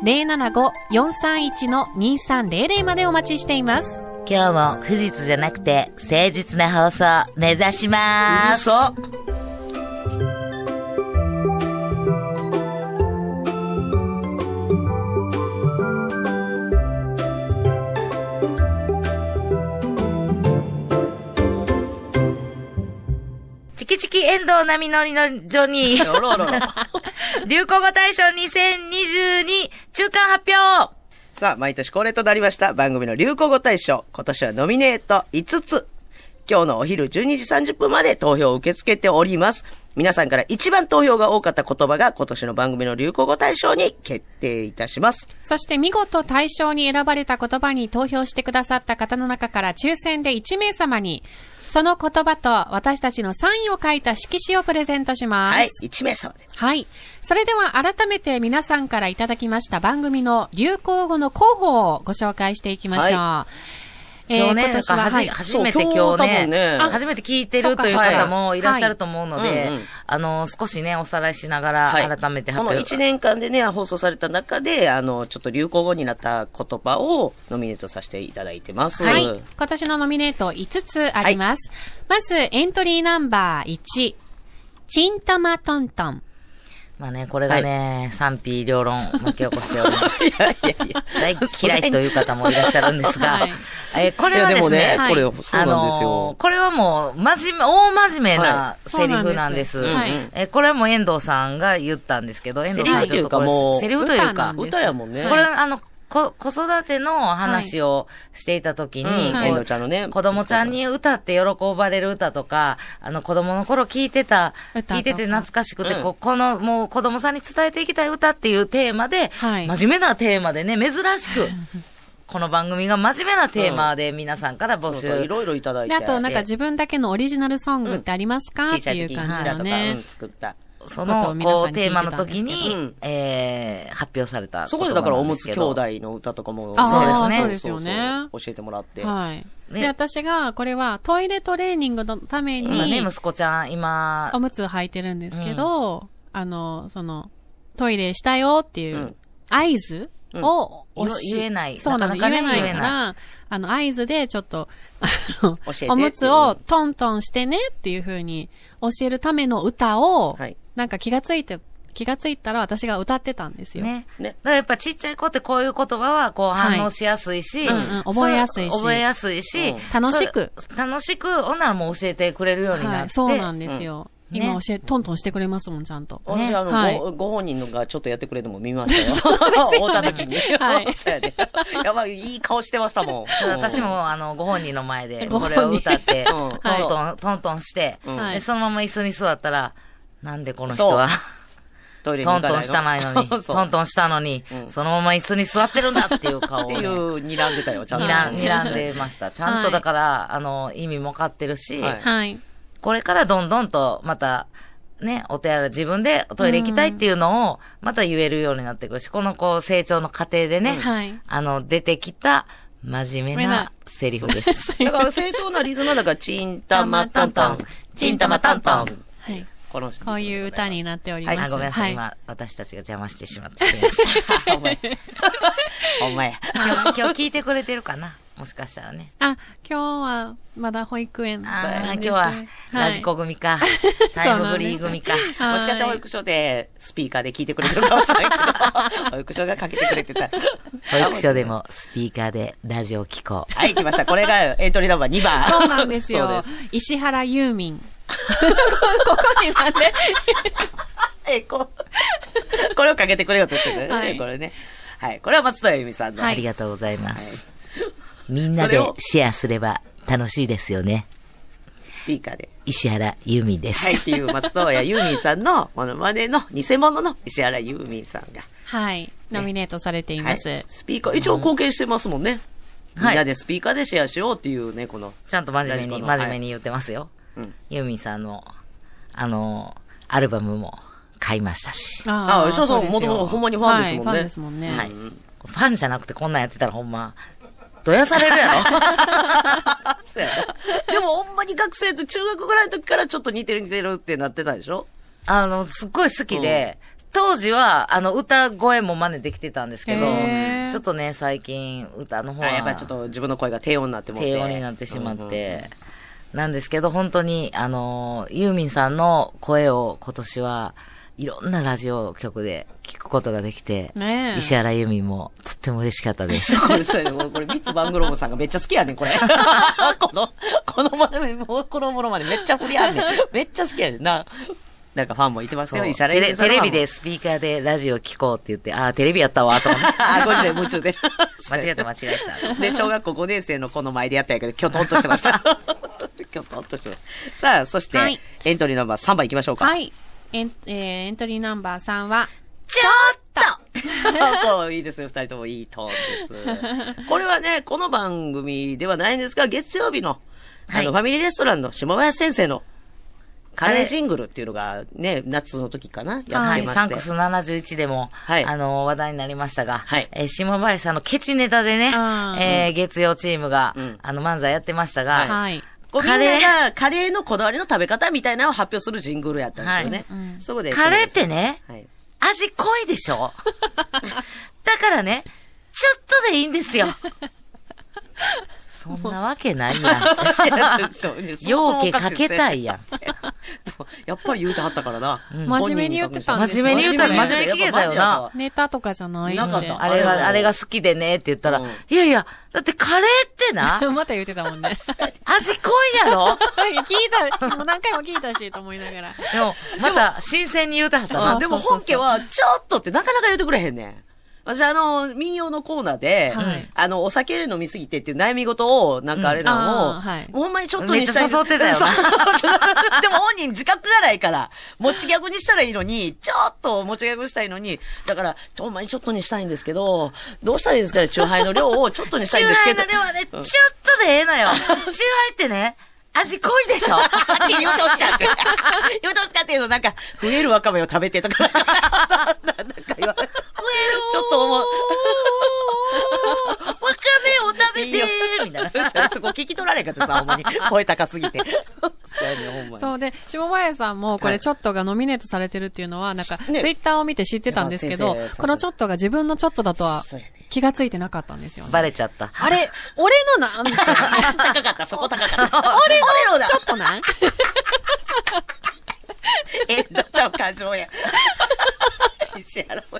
075-431-2300までお待ちしています。今日も、不実じゃなくて、誠実な放送、目指しまうるーす。さ。チキチキ遠藤波乗りのジョニあー、らあらあら。 流行語大賞2022中間発表さあ、毎年恒例となりました番組の流行語大賞。今年はノミネート5つ。今日のお昼12時30分まで投票を受け付けております。皆さんから一番投票が多かった言葉が今年の番組の流行語大賞に決定いたします。そして見事対象に選ばれた言葉に投票してくださった方の中から抽選で1名様に、その言葉と私たちのサインを書いた色紙をプレゼントします。はい、1名様で。はい。それでは改めて皆さんからいただきました番組の流行語の候補をご紹介していきましょう。今日ね、今なん年かははじ、はい初めてそう今日今日多ね分ねあ初めて聞いてそるうかというはい方もいらっしゃると思うので、はいうんうんあの、少しね、おさらいしながら改めてこ発の表、 1年間でね、放送された中で、あの、ちょっと流行語になった言葉をノミネートさせていただいてます。はい。今年のノミネート5つあります。まず、エントリーナンバー1。チンタマトントン。まあね、これがね、賛否両論巻き起こしておりま す。いやいやいや。大嫌いという方もいらっしゃるんですが、はいえーこれはですいやねでもね、これ、そうなんですよ。ーこれはもう、真面目、大真面目なはセリフなんです。そうなんですはいえーこれはもう遠藤さんが言ったんですけど、遠藤さんはちょっとこれセセリリフフといというかうもかもう、う歌やもんね。これ、あの、こ子育ての話をしていたときに、はいうんこう遠藤ちゃんのね子供ちゃんに歌って喜ばれる歌とか、あの、子供の頃聞いてた、歌とか聞いてて懐かしくて、うんこうこの、もう子供さんに伝えていきたい歌っていうテーマで、はい 真面目なテーマでね、珍しく、この番組が真面目なテーマで皆さんから募集。いろいろいただいで、て。あとなんか自分だけのオリジナルソングってありますか、小っさていい時にう感キじラとのか、ねうん、。作った。そことをの、皆さこんう、にテーマの聞いてた時んですけどうにん、えー発表された。そこでだから、おむつ兄弟の歌とかも、ーあそうですねそうですよねそうそう教えてもらって。はい。ねで、私が、これはトイレトレーニングのため今ね、に、息子ちゃん、今お、むつ履いてるんですけど、あの、その、トイレしたよっていううん合図をうん押し、言えないそうなの、なかなか言ねえない言えからな、あの、合図でちょっと、あの教えて、おむつをトントンしてねっていう風に教えるための歌を、はいなんか気がついて、気がついたら私が歌ってたんですよ。ね。ねだからやっぱちっちゃい子ってこういう言葉はこうはい反応しやすいし、うんうん覚えやすいしそう覚えやすいし、うん楽しくそれ。楽しく、女の子も教えてくれるようになっはて。い、そうなんですよ。うん今ね教え、トントンしてくれますもん、ちゃんと。私、あの、はいごご本人のがちょっとやってくれても見ましたよ。そうですよねた時に。は いそうやね。やばい、いい顔してましたもん。私も、あの、ご本人の前で、ごこ本人れを歌っうて、んトンはいトン、トントンして、うんはいでそのまま椅子に座ったら、なんでこの人は、トイレに ト行ントンしたない のに、 そうトントンしたのに、うんそのまま椅子に座ってるんだっていう顔っをて ね、いう、睨んでたよ、ちゃんと。睨ん睨んでました。ちゃんとだから、あの、意味も分かってるし、はいはい。これからどんどんと、また、ね、お手洗い、自分でトイレ行きたいっていうのを、また言えるようになってくるし、このこう、成長の過程でね、はいあの、出てきた、真面目なセリフ です。 だから正当なリズムはだから、チンタマタンタン、チンタマタンタン。はい。このリズムでございますこういう歌になっております。あごめんなさい、は今、私たちが邪魔してしまってすみま せ ん。お前。 お前。今日、今日聞いてくれてるかなもしかしたらね。あ、今日はまだ保育園ですああ、ね今日は、ラ ジコ組か、タイムフリー組か。そうなもんですしかしたら保はい育所でスピーカーで聞いてくれてるかもしれないけ ど、保育所がかけてくれてた。保育所でもスピーカーでラジオ聞こう。はい、来ました。これがエントリーナンバー2番。 そうなんで すそうよです。。石原ユーミン。ここにまで。え、こう、 これをかけてくれようとしてるね。はいこれね。はい。これは松田由美さんの。ありがとうございます。みんそなれでをシェアすれば楽しいですよね。スピーカーで。石原由美です。はい、っていう松任谷由美さんのモノマネの偽物の石原由美さんが。はい。ノミネートされていはまいす。。スピーカー、一応貢献してますもんね。はいみんなでスピーカーでシェアしようっていうね、この。ちゃんと真面目に、真面目に。に言ってますよ。はいうん由美さんの、あの、アルバムも買いましたし。フああそうそうですもよともとほんまにファンですもんねはいファンですもんね。はいァンじゃなくてこんなんやってたらほんま、どやされ るやろそうやなでも、ほんまに学生と中学ぐらいの時からちょっと似てる似てるってなってたでしょあの、すっごい好きで、当時は、あの、歌声も真似できてたんですけどへー、ちょっとね、最近、歌の方あは、やっぱりちょっと自分の声が低音になってもうて低音になってしまっうんうんて、なんですけど、本当に、あの、ユーミンさんの声を今年はいろんなラジオ局で聞くことができて、ねえ石原由美もとっても嬉しかった です。これ、そうやねこれ、これ、ミッツ・バングローブさんがめっちゃ好きやねん、 これ。この、このまで、もう、このものまでめっちゃ振りあんねん。めっちゃ好きやねんな。なんかファンもいてますよ、石原テ由レ美さんテのファレンビもで。スピーカーでラジオ聞こうって言って、ああ、テレビやったわ、と思って あ、ご時世夢中で。間違えた間違え た。で、小学校5年生の子の前でやったんやけど、きょとんとしてま した。きょとんとしてました。さあ、そして、はいエントリーナンバー3番いきましょうか。。はい い。エン、えーエントリーナンバー3は、ちょっとこういいですね、二人ともいいトーンで す。これはね、この番組ではないんですが、月曜日の、あの、はファミリーレストランの下林先生の、カレージングルっていうのがね、夏の時かなやってまはして。い、サンクス71でも、はいあの、話題になりましたが、はいえー下林さんのケチネタでね、あーえー月曜チームが、うんあの、漫才やってましたが、はいはい。こうみんなカレーがカレーのこだわりの食べ方みたいなのを発表するジングルやったんですよね。はいうんそこで。カレーってね、はい。 味濃いでしょだからね、ちょっとでいいん ですよ。そんなわけない やん。よようけかけたいやん。 やっぱり言うてはったからな。うん真面目に言ってたんです真面目に言うたら真面目に聞けたよな。ネタとかじゃないので。なか ったあれあが、あれれがが好きでねって言ったら、うんいやいや、だってカレーって な、また言ってたもん ね。味濃いやろ聞いた、もう何回も聞いたし、と思いながら。でも、また新鮮に言うたはったあな。でも本家は、ちょっとってなかなか言うてくれへんねん。私、あの、民謡のコーナーで、はいあの、お酒飲みすぎてっていう悩み事を、なんかあれうんあーなはいのを、もうほんまにちょっとめっにちしたゃい。誘ってたよそなう でも本人自覚がないから、持ち逆にしたらいいのに、ちょっと持ち逆したいのに、だから、ちょほんまにちょっとにしたいんですけど、どうしたらいいですかね、チューハイの量をちょっとにしたいんですけど。チューハイの量はね、ちょっとでええのよ。チューハイってね、味濃いで しょって言うてほしかった。 言うてほしかったけど、なんか、増えるわかめを食べてとか、なんか言われちょっと思う。わかめを食べてみたいな。な。そこ聞き取られんかったさ、ほんまに。声高すぎて。そうやね、ほんまそうに。で、下林さんもこはれ、いちょっとがノミネートされてるっていうのは、なんか、ツイねッターを見て知ってたんですけいどや先、生このちょっとが自分のちょっとだとはそうやね気がついてなかったんですよね。バレちゃった。あれ、俺のなん俺の高かった、そこ高かった。俺のだちょっ となんえ、どっちゃう感情や。 石原も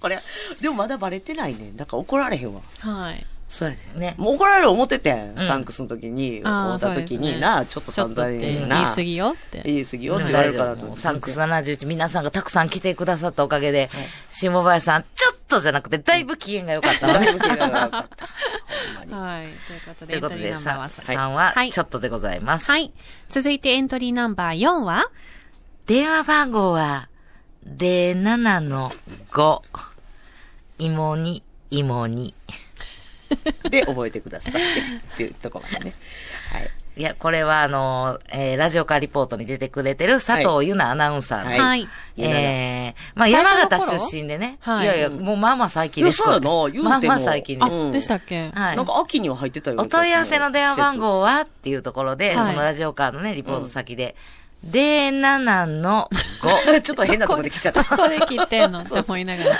これ、でもまだバレてないね。だから怒られへんわ。はい。そうやね。ねもう怒られる思っててん。うんサンクスの時に、会ああ、っそたうです時ね。にな、ちょっとちょ散っとっ々てに言いな。過ぎよって。言い過ぎよって言われ大るか丈らと思夫。って。サンクス71、皆さんがたくさん来てくださったおかげで、下林さん、ちょっとじゃなくて、だいぶ機嫌が良かったわね。はい。ということとで、いエうンこトとリーで、ナンバーはささ、さんはは、いちょっとでございます。はい。続いてエントリーナンバー4は電話番号は、07の5。芋に、芋に。で、覚えてください。っていうとこまでね。はい。いや、これはあの、えーラジオカーリポートに出てくれてる佐藤ゆなアナウンサーの、ははいい。えー、まあ、最山初の頃形出身でね。はいい、やいや、もうまあまあ最近いや、ですそうやこれな、言うても。まあまあ最近です。うんあ、でしたっけはいなん。か秋には入ってたよ。お問い合わせの電話番号はっていうところで、はいそのラジオカーのね、リポート先で、07の5。 ちょっと変なとこで来ちゃった。ここで切って んのって思いながら。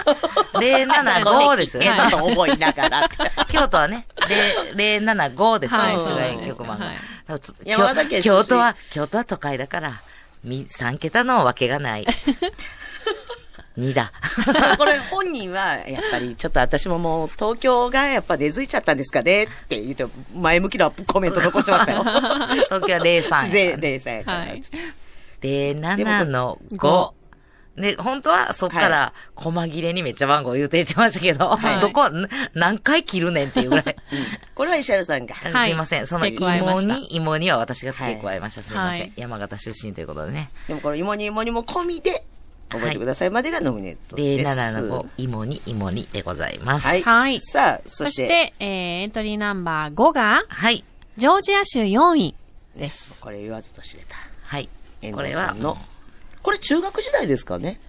075ですよね。変なとこ思いながらって。 京都はね、零075ですね、はい主題曲番がはい多分ちょっと山田京県出身京都は、京都は都会だから、み、3桁のわけがない。2だ。 これ本人は、やっぱりちょっと私ももう東京がやっぱ根付いちゃったんですかねって言うと、前向きなコメント残してましたよ。東京は03 で、やからね。で、さやから。はい07の5。で、本当はそっから、細切れにめっちゃ番号言うて言ってましたけど、はいどこ、な何回切るねんっていうぐらい。これは石原さんが。 はいすいません。その付け加えま芋したに、芋には私が付け加えました。すいません、はい山形出身ということでね。でもこの芋に芋にも込みで、覚えてくださいまでがノミネートです。 07の5、芋に、芋にでございます。はい。はいさあ、そそし。してて、えーエントリーナンバー5が、はい。ジョージア州4位。ね、これ言わずと知れた。はい。遠こ藤れさはん、の。これ中学時代ですかね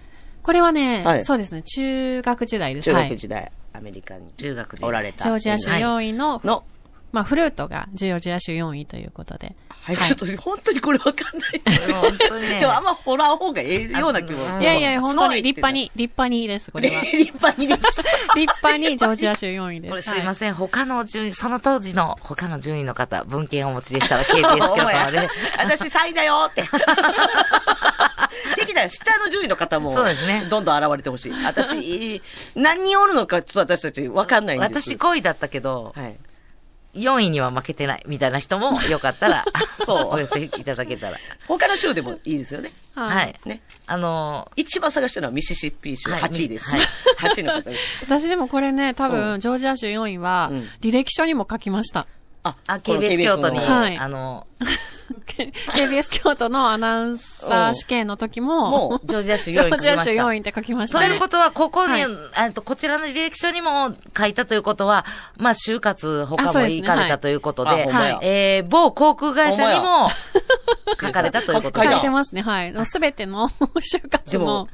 これはね、はいそうですね、中学時代です。中学はい。時代、アメリカに中学時おら代。れた。ジョージア州4位の、の、まあ、フルートがジョージア州4位ということで。はい、ちょっと本当にこれわかんないですもう本当にねでもあんま掘らん方がええような気もあ。いやいや、本当に立派に。に、立派にです、これは。立 立派にです。派にジョージア州4位です。これすいませせん、他の順位、その当時の他の順位の方、文献をお持ちで したら、KBS 京都までね。 私3位だよって。できたら下の順位の方も、そうですねどんどん現れてほしい。私、何人おるのかちょっと私たちわかんないんです。私5位だったけど、はい。、4位には負けてないみたいな人も、よかった らそう お寄せいただけたら。他の州でもいいですよね。んは。い。ね。あの一番探したのはミシシッピ州はい8位です。はい8位の方 です。私でもこれね、多う分、ジョージア州4位はうん、履歴書にも書きました。あー、あ、KBS 京都に、のはいあの KBS 京都のアナウンサー試験の時もも、ジョージア州ジョ4位ー取ジりアま州した4。位って書きましたとね。いうことは、ここに、はいえっと、こちらの履歴書にも書いたということは、まあ、就活他あそもうですね行かれたということで、はいあほんまやえー、某航空会社にほんまも 書かれたということ書で、書たいてますね、はい。すべての 就活でもの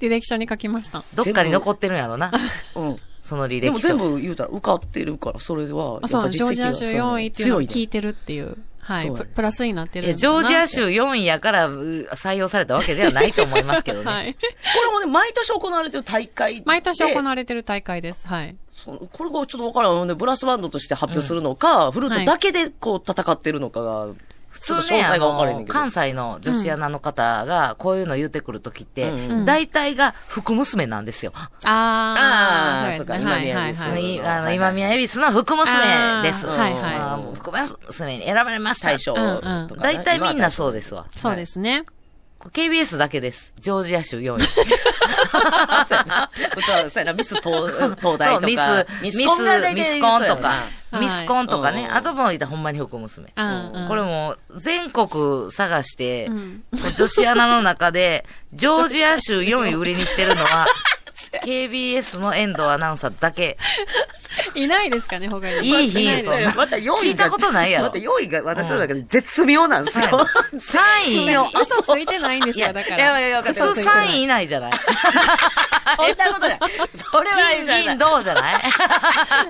履歴書に書きました。どっかに残ってるんやろな、うん。その履でも歴書。全部言うたら受かってるから、それはあ、、そやっうなぱんです。ジョージア州実績が4位っていうのを強聞いねてるっていう。はい。そうだプねプラスになっているやんジだなョージア州4位やから、う採用されたわけではないと思いますけ どね。 はい。これもね、毎年行われてる大会で。毎年行われてる大会です。はい。そのこれがちょっとわからんので、ブラスバンドとして発表するのか、フルートだけでこう戦ってるのかが、普ちょっと通詳ね、あ細がわからへんねの、んけど。関西の女子アナの方が、こういうの言ってくるときってうんう、ん大体が福娘なんですよ。あー。あーですねそうかはい今宮ですはいねはいいはいあはの、い今宮恵比寿の福娘です。あうーんはいはいあー福娘に選ばれました。大賞とかね、うんうん大体みんなそうですわ。そうですね。これ KBS だけです。ジョージア州4位。そうやな。 そうそうやな。ミス東東大そとう、か。ミス、ミス、ミスコンが大体とそうやかな、はいミスコンとかうね。んあともういたほんまに福娘。うんうんこれもう全国探して、うん 女子アナの中で、ジョージア州4位売りにしてるのは、KBS の遠藤アナウンサーだけ。いないですかね、他に。いい日なですそんなまた4位が聞いたことないやろまた4位が私の中で絶妙なんですよ。 3位。嘘ついてないんですいよ、やだかいやら。いやいや、普分通かった3位以内じゃないそんなこと ない。それはいい金、じゃない銀、銅じゃない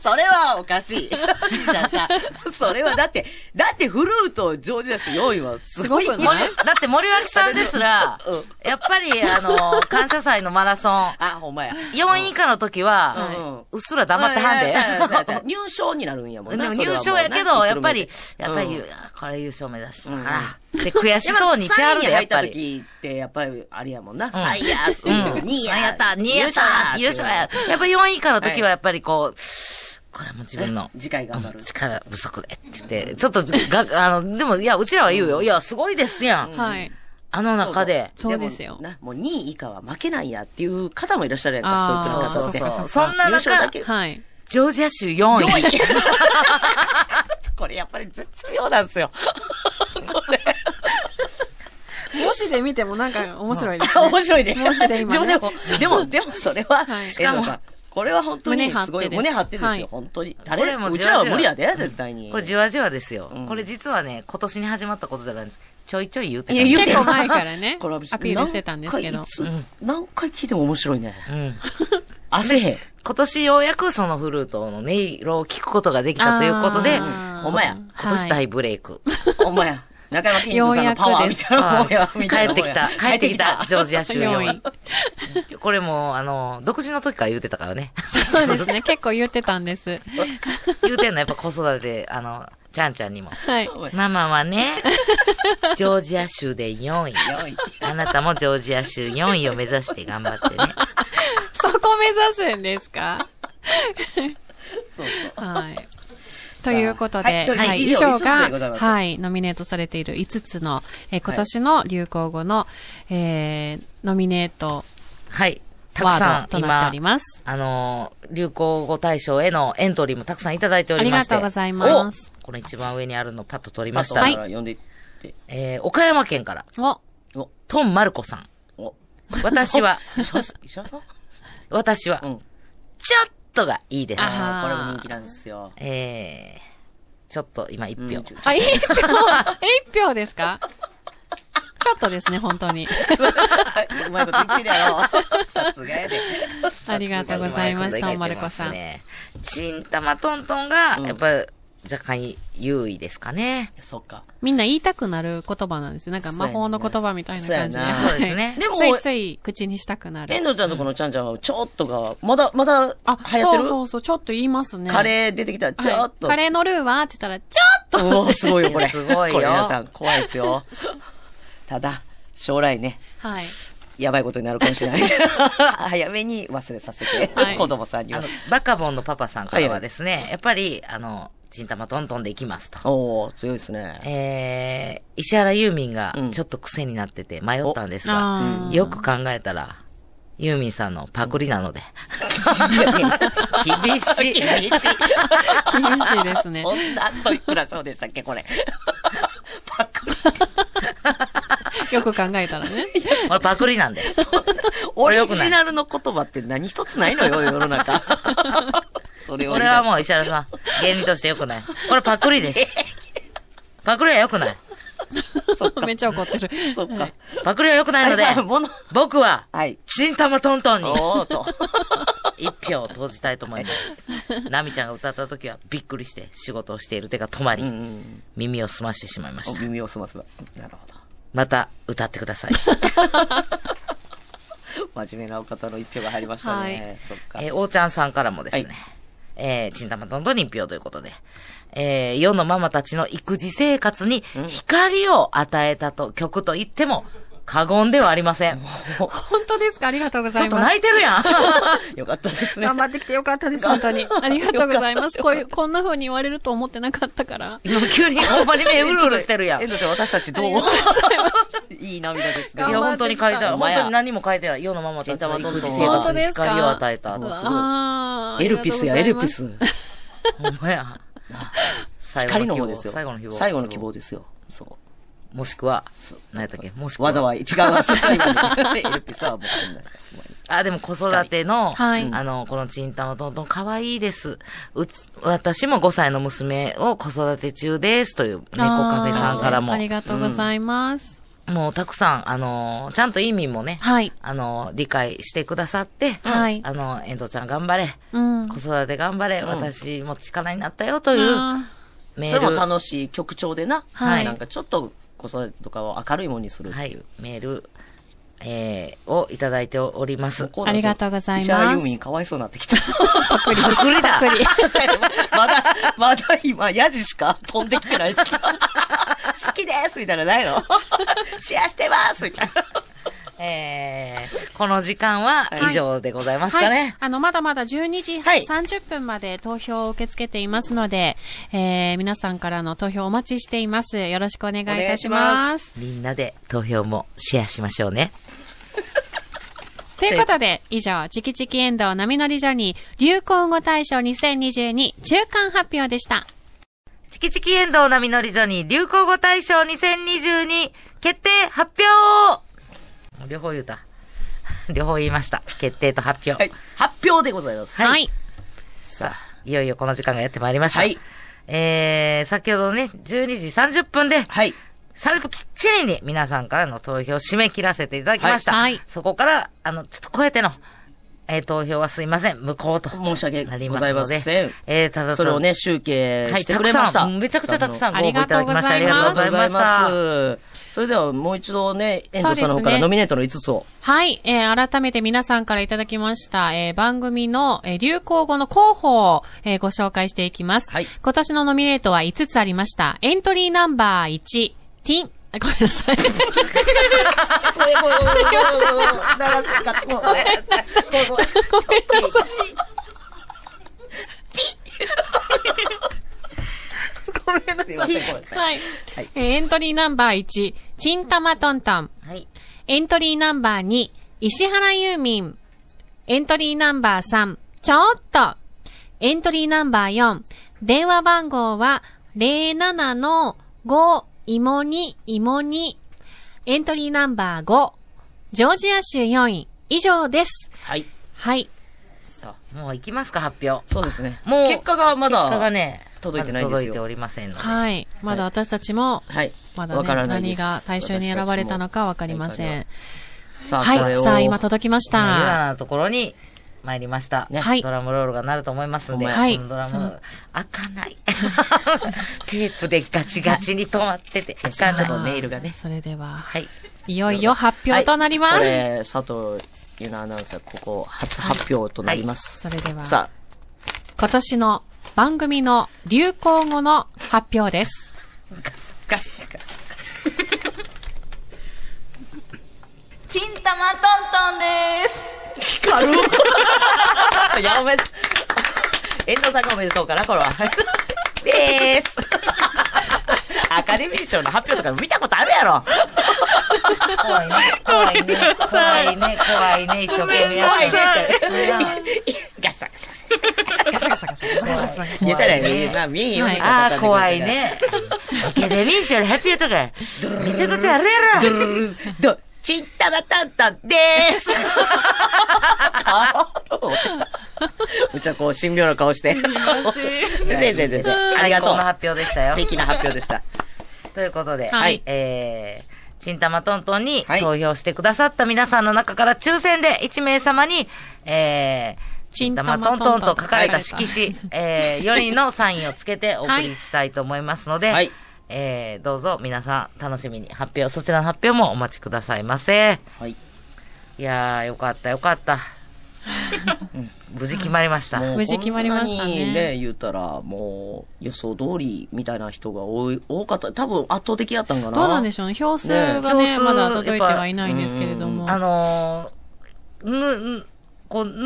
それはおかしい。いいじゃんかそれはだって、だってフルートジョージア市4位はすごい。すごく森ないだって森脇さんですらうん、やっぱり、あの、感謝祭のマラソン、あ、ほんまや。 4位以下の時は、うっすら黙ってはんいやいやそうや そうやで。入賞になるんやもんでなもそれ入はもう賞やけなど、やっぱり、うんやっぱり、あこれ優勝目指してたから。で、悔しそうにしはるで、ややっっぱぱり。3位り。に入った時って、やっぱり、あれやもんな。3位やーってうん。言う3 2位位ややった、2位やった、優勝や。てやっぱ4位以下の時は、やっぱりこう、これはもう自分の。次回頑張る。力不足でって言って、ちょっとが、あの、でも、いや、うちらは言うよ。いや、すごいですやん。はい。あの中で。そうですよも。な、もう2位以下は負けないやっていう方もいらっしゃるやんあか、ーストイックな方って。そうそうそうかそんな中優勝だけ。はい。ジョージア州4位。 4位 これやっぱり絶妙なん ですよ。これ。文字で見てもなんか面白いです ね。面白いね。文字で今 でねも、でも、でもそれは、はい遠藤さんこれは本当に胸張ってすごい、です胸張ってですはいよ、本当に。こ誰れもも、ううちらはじわじわ無理やで、絶対に。これじわじわですよ、うんこれ実はね、今年に始まったことじゃないんです。ちょいちょい言うてたいや言うて結た構前から ねこれは、アピールしてたんですけど何回い。つ何回聞いても面白いね。うん。焦へん。今年ようやくそのフルートの音色を聞くことができたということで、あーほんまや。今年大ブレイ ク。ほんまや。中山キングさんのパワーみたいなもんや、はいみたいなもん帰ってきやた、 帰ってきた、ジョージア州強4い位。 これも、あの、独自の時から言うてたからね。 そうですね。結構言ってたんです。言うてんのやっぱ子育て、あの、ちゃんちゃんにも。 はい。ママはね、ジョージア州で4位。よいあなたもジョージア州4位を目指して頑張ってね。そこ目指すんですかそうそうはい。ということはで、いというはい、以以上上五つでございが、ますはい、ノミネートされている5つの、えー今年の流行語の、えーノミネートはい。たくさワーんドとなってお今り、ます。あのー、流行語大賞へのエントリーもたくさんいただいておりまして。ありがとうございますお。この一番上にあるのパッと取りままし。したた。ははいい。呼んでいって。えー、岡山県から、お、お、トンマルコさん。お、私は、石原さん石原さん私は、うん。ちょっとがいいです。ああーあ、これも人気なんですよ。えー、ちょっと今一うん票。あ、一票、 一票ですかちょっとですね、本当 に。うまいこと言ってるやろ。さすがやで。ありがとうございます、トンマルコさん。ちんたまトントンが、うんやっぱ、若干優位ですかね。そっか。みんな言いたくなる言葉なんですよ。なんか魔法の言葉みたいな感じで。 そうやなはいそうですねでも、ついつい口にしたくなる遠。藤ちゃんとこのちゃんちゃんは、ちょっとが、まだ、まだ、流あ、行ってるそうそうそう、ちょっと言いますね。カレー出てきた、ちょっと。はいカレーのルーはって言ったら、ちょっとうわ、すごいよ、こ れ。すごいよこれ皆さん、怖いですよ。ただ、将来ね、はい。やばいことになるかもしれ ない。早めに忘れさせて、はい子供さんにあはの。、バカボンのパパさんからはですね、やっぱり、あの、ちんたまトントンでいきますと。おー、強いです ね。えー、石原ユーミンがうんちょっと癖になってて迷ったんですが、あーよく考えたら、ユーミンさんのパクリな ので。 厳しい。厳しいですね。そんなストイックな賞でしたっけ、これ。パクリ。よく考えたらね。俺パクリなんで。オリジナルの言葉って何一つないのよ、世の 中。そ れをこれはもう石原さん、芸人として良くない。これパクリです。 パクリは良くない。めっちゃ怒ってる。そっか。はいパクリは良くないのではい、まあもの僕は、はい。ちんたまトントンにおーと。一票を投じたいと思 います。ナミちゃんが歌った時はびっくりして仕事をしている手が止まり、うんうん。耳を澄ましてしまいましおた。耳をすますば。なるほど。また歌ってくださ い。真面目なお方の一票が入りましたね。はそっか。えー、おーちゃんさんからもですね、はいえー、ちんたまどんどん一票ということで、えー、世のママたちの育児生活に光を与えたと、曲と言っても過言ではありません。本当ですかありがとうごちざょいっとます。泣いてるやん。よかったですね。頑張ってきてよかったです、本当に。ありがとうございます。こういう、こんな風に言われると思ってなかったから。今 急にほんまに目うるうるしてるやん。え、いだって私たちどうありがとうございますいい涙ですね。頑張や、って本当に書いてある。お本前当に何も書いてない。世のままたちの育児生本活当にですか光を与えた。もうすごいあーエルピスやあエりルがとうございまピすス。ほんまや。最光の方ですよ。最後の希望。最後の希望ですよ。そう。もしくは、何やったっけもしくわざは。わ違うわ、そっちに 行くでエルピスはもうこんなあ、でも子育ての、はいあの、このちんたまとんとん可愛いです。うつ、私も5歳の娘を子育て中ですという猫カフェさんからもあーあ、りがとうございます。もうたくさん、あの、ちゃんと意味もね、はい。あの、理解してくださって、はいあの、遠藤ちゃん頑張れ、うん。子育て頑張れ、私も力になったよというあメーそれル。も楽しい曲調でな。はいなんかちょっと子育てとかを明るいものにするって。、はいいうメール、えー、をいただいております。ーありがとうございます。石原由美にかわいそうになってきた。パクリだパクリまだ、まだ今、ヤジしか飛んできてないです。好きですみたいなのないのシェアしてますみたいな。えー、この時間はは以い上でございますかはいね。。あの、まだまだ12時はい30分まで投票を受け付けていますので、えー、皆さんからの投票お待ちしています。よろしくお願いいたします。みんなで投票もシェアしましょうね。ということで、以上、チキチキエンドウ波乗りジョニー流行語大賞2022中間発表でした。チキチキエンドウ波乗りジョニー流行語大賞2022決定発表両方言うた。両方言いました。決定と発表。はい。発表でございます。はい。さあ、いよいよこの時間がやってまいりました。はい。えー、先ほどね、12時30分で、はい。 30分きっちりに皆さんからの投票を締め切らせていただきました。はいはいそこから、あの、ちょっと超えての、えー投票はすいません、無効と。申し訳なごりまざすいのまで。せん。えー、ただそれを、ね、集計はい、してたくくれまさした。ん、めちゃくちゃたくさんごあ応募りいがとただうきござまいましすた。ありがとうございました。す。それではもう一度ね、遠藤さんの方そうですねからノミネートの5つを。はい、えー、改めて皆さんからいただきました、えー、番組の、えー、流行語の候補を、えー、ご紹介していきます。はい今年のノミネートは5つありました。エントリーナンバー1、ティン、あごめんなさい。ごめんなさい。ごめんなさい。ごめんなさい。はい。はいえーエントリーナンバー1、チンタマトントン。はい。エントリーナンバー2、石原ユーミン。エントリーナンバー3、ちょっと。エントリーナンバー4、電話番号は07の5、芋に、芋に。エントリーナンバー5、ジョージア州4位。以上です。はい。はい。さあ、もう行きますか、発表。そうですね。もう結果がまだ。結果がね、届いてないんですよまだ届いておりませんので。はい。まだ私たちも、はい。まだわからね、ないで何すが対象に選ばれたのかわかりません。。さあ、こはれい。を。さあ、今届きまし今ユた。ダのところに参りました。ねはいドラムロールが鳴ると思いますんで、はいこのドラムそローのル、開かない。テープでガチガチに止まってて、開かない。ちょっとネイルがね。それでは、はい。いよいよ発表となります。これ、佐藤優奈アナウンサー、ここ、初発表となります。それでは、さ今年の番組の流行語の発表です。チンタマトントンです。あ、いや、 おめでとう。遠藤さんがおめでとうかな、これは。でーす。 アカデミー賞の発表とか見たことあるやろ。怖いね、怖いね、怖いね、怖いね、一生懸命やってる。 ガサガサガサガサガサガサ。いや、じゃない、いやな、見えんようにああ、怖い。ね。アカデミー賞の発表とか、見たことあるやろ。ど、ちんたまたんたんでーす。うちはこう、神妙な顔して。でででで、ありがと最高のう。発表でしたよ素。敵な発表でした。ということで、はいえー、ちんたまトントンにはい投票してくださった皆さんの中から抽選で1名様に、えー、ちちんんたたままトトンントトンンとと書書かかれれたた色紙、えー、4人のサインをつけてお送りしたいと思いますので、はいえー、どうぞ皆さん楽しみに発表、そちらの発表もお待ちくださいませ。はい。いやー、よかったよかった。無事決まりました。もう無事決まりましたねこんなにね、言うたら、もう予想通りみたいな人が多い多かった。多分圧倒的やったんかな。どうなんでしょうね。票数がね、ねまだ届いてはいないんですけれども。あのー、ぬ、ぬ、こう、ぬ、ぬ、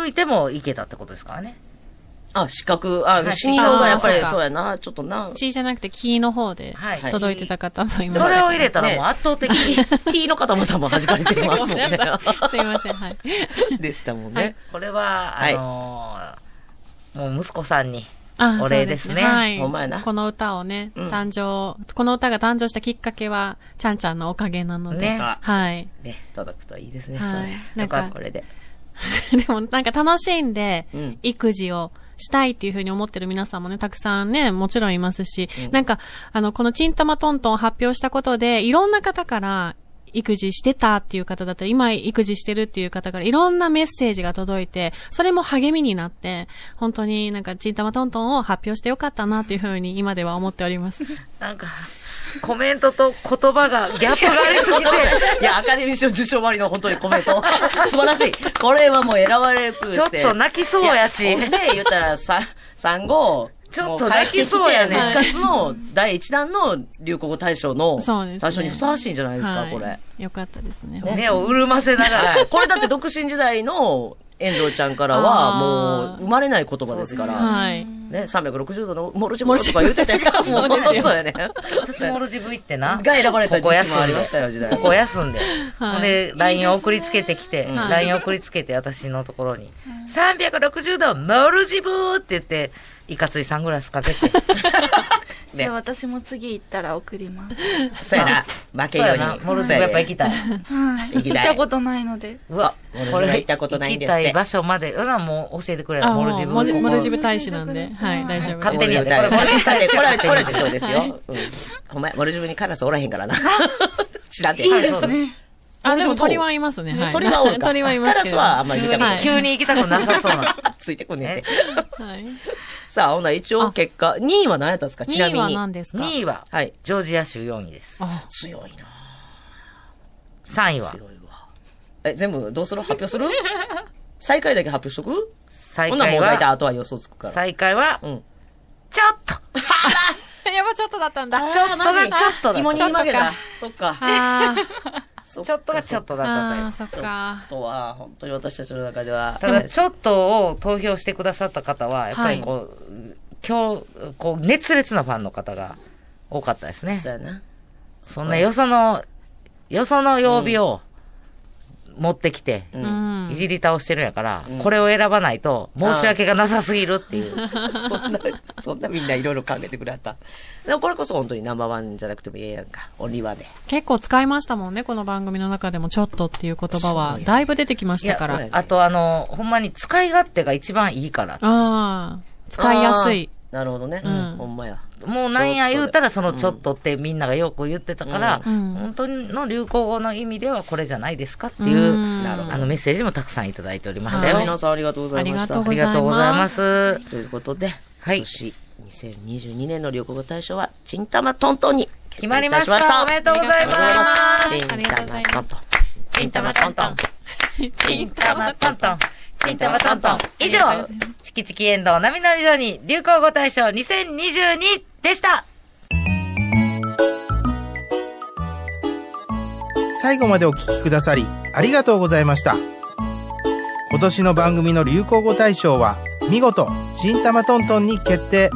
抜いてもいけたってことですからね。あ、資格、あ、はい死人がやっぱあーそうりかそうやな、ちょっとな。 T じゃなくてキーの方ではい届いてた方もいまそしたけれど。を入れたらねもう圧倒的 に、 T の方も多分弾かれてますもんね。 すいません、はい。でしたもんはいね。これは、あのーもう息子さんに、あお礼ですねそうはい。ほんまやなこの歌をね、うん誕生、この歌が誕生したきっかけは、ちゃんちゃんのおかげなので。ねあはい。ね、届くといいですね、はいそれ。ななんんかか、これで。 でもなんか楽しんでうん、育児をしたいっていうふうに思ってる皆さんもね、たくさんね、もちろんいますし、うんなんか、あの、このチンタマトントンを発表したことで、いろんな方から、育児してたっていう方だったり、今育児してるっていう方からいろんなメッセージが届いて、それも励みになって、本当になんか、チンタマトントンを発表してよかったなというふうに今では思ってお ります。なんか、コメントと言葉が、ギャップがあり すぎて、いや、アカデミー賞受賞割の本当にコメント。 素晴らしい。これはもう選ばれるちょっと泣きそうやい、しほんで、言ったら、さ、産後、ちょっと泣きそうやねもう帰ってきて復活の第一弾の流行語大賞の、そうですね大賞にふさわしいんじゃないですか、はいこれ。よかったですね。目を潤ませながらは、いこれだって独身時代の遠藤ちゃんから は、あーもう生まれない言葉ですから、はい。ね、360度のモルジブとか言って たから、モルジブそうですよそうやね。私もルジブ行ってな。が選ばれたここ時期もあ休んりでましたよ時代。ここ休んで。はいほんで、LINE を送りつけてきて、はい LINE を送りつけて私のところに、360度、モルジブーって言って、いかついサングラスかけて。じゃあ私も次行ったら送ります。そうやな。負けそうよやうにな、。モルジブやっぱ 行きたい。はい。行き行たっいたことないので。うわ、モルジブこれ行ったことないんですって行きたい場所まで、うなもう教えてくれよ、あ、モもうルジブ。モルジここモルジブ大使なんで、はい、大丈夫です。勝手にやってこれ、ここれれ、これ、これ、これ勝手にやってでしょうですよ。うん。お前、モルジブにカラスおらへん からな。知らんて。いいですね。あ、ででもも鳥はいますね。はい、鳥はおるか。 鳥はいますカラけスど。はあんまり見急たことなはいに、急に行きたくなさそう な。い。ついてこ ねえって。はい。さあ、ほな、一応結果、2位は何やったんですかちな2位みはに。何ですか2位は、はいジョージア州4位です。あ、強いな3位は、強いわ。え、全部、どうする発表す る最下位だけ発表しとく最ほんなら下位もう大体は、後は予想つくから。最下位はう、ん。ちょっと やばちょっとだったんだ。ちょっとがちょっとだ芋にちょっと負けたか。そっか。あちょちょっとがちょっとだったというあ、。そっか。とは、本当に私たちの中では。ただ、ちょっとを投票してくださった方は、やっぱりこう、今日、こう、熱烈なファンの方が多かったですね。そうやな。そんなよその、よその曜日を持ってきて、う。うんんい。じり倒してるんやから、これを選ばないと申し訳がなさすぎるっていう。 そんな、そんなみんないろいろ考えてくれはった。でもこれこそ本当にナンバーワンじゃなくてもええやんか。オンリーワンで。結構使いましたもんね、この番組の中でも、ちょっとっていう言葉は、だいぶ出てきましたかいらや。あとあの、ほんまに使い勝手が一番いいから。ああ、使いやすあー。い。なるほどね。んほんまや。もうなんや言うたらそのちょっとってみんながよく言ってたから、うんう本ん当の流行語の意味ではこれじゃないですかっていう、うんなるほどあのメッセージもたくさんいただいておりましたはよ。いあ皆さんありがとうございました。ありりがとうございます。ということで、はい今年2022年の旅行語大賞は、ちんたまトントンに決まりました。おめでとうございまありがとうございますちんたまトントン。す。ちんたまトントン。ン。チンタマトントン。チンタマトントン。以上、チキチキエンドウ波乗り場に流行語大賞2022でした。最後までお聞きくださりありがとうございました今年の番組の流行語大賞は見事新玉トントンに決定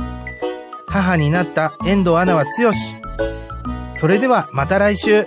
母になった遠藤アナは強しそれではまた来週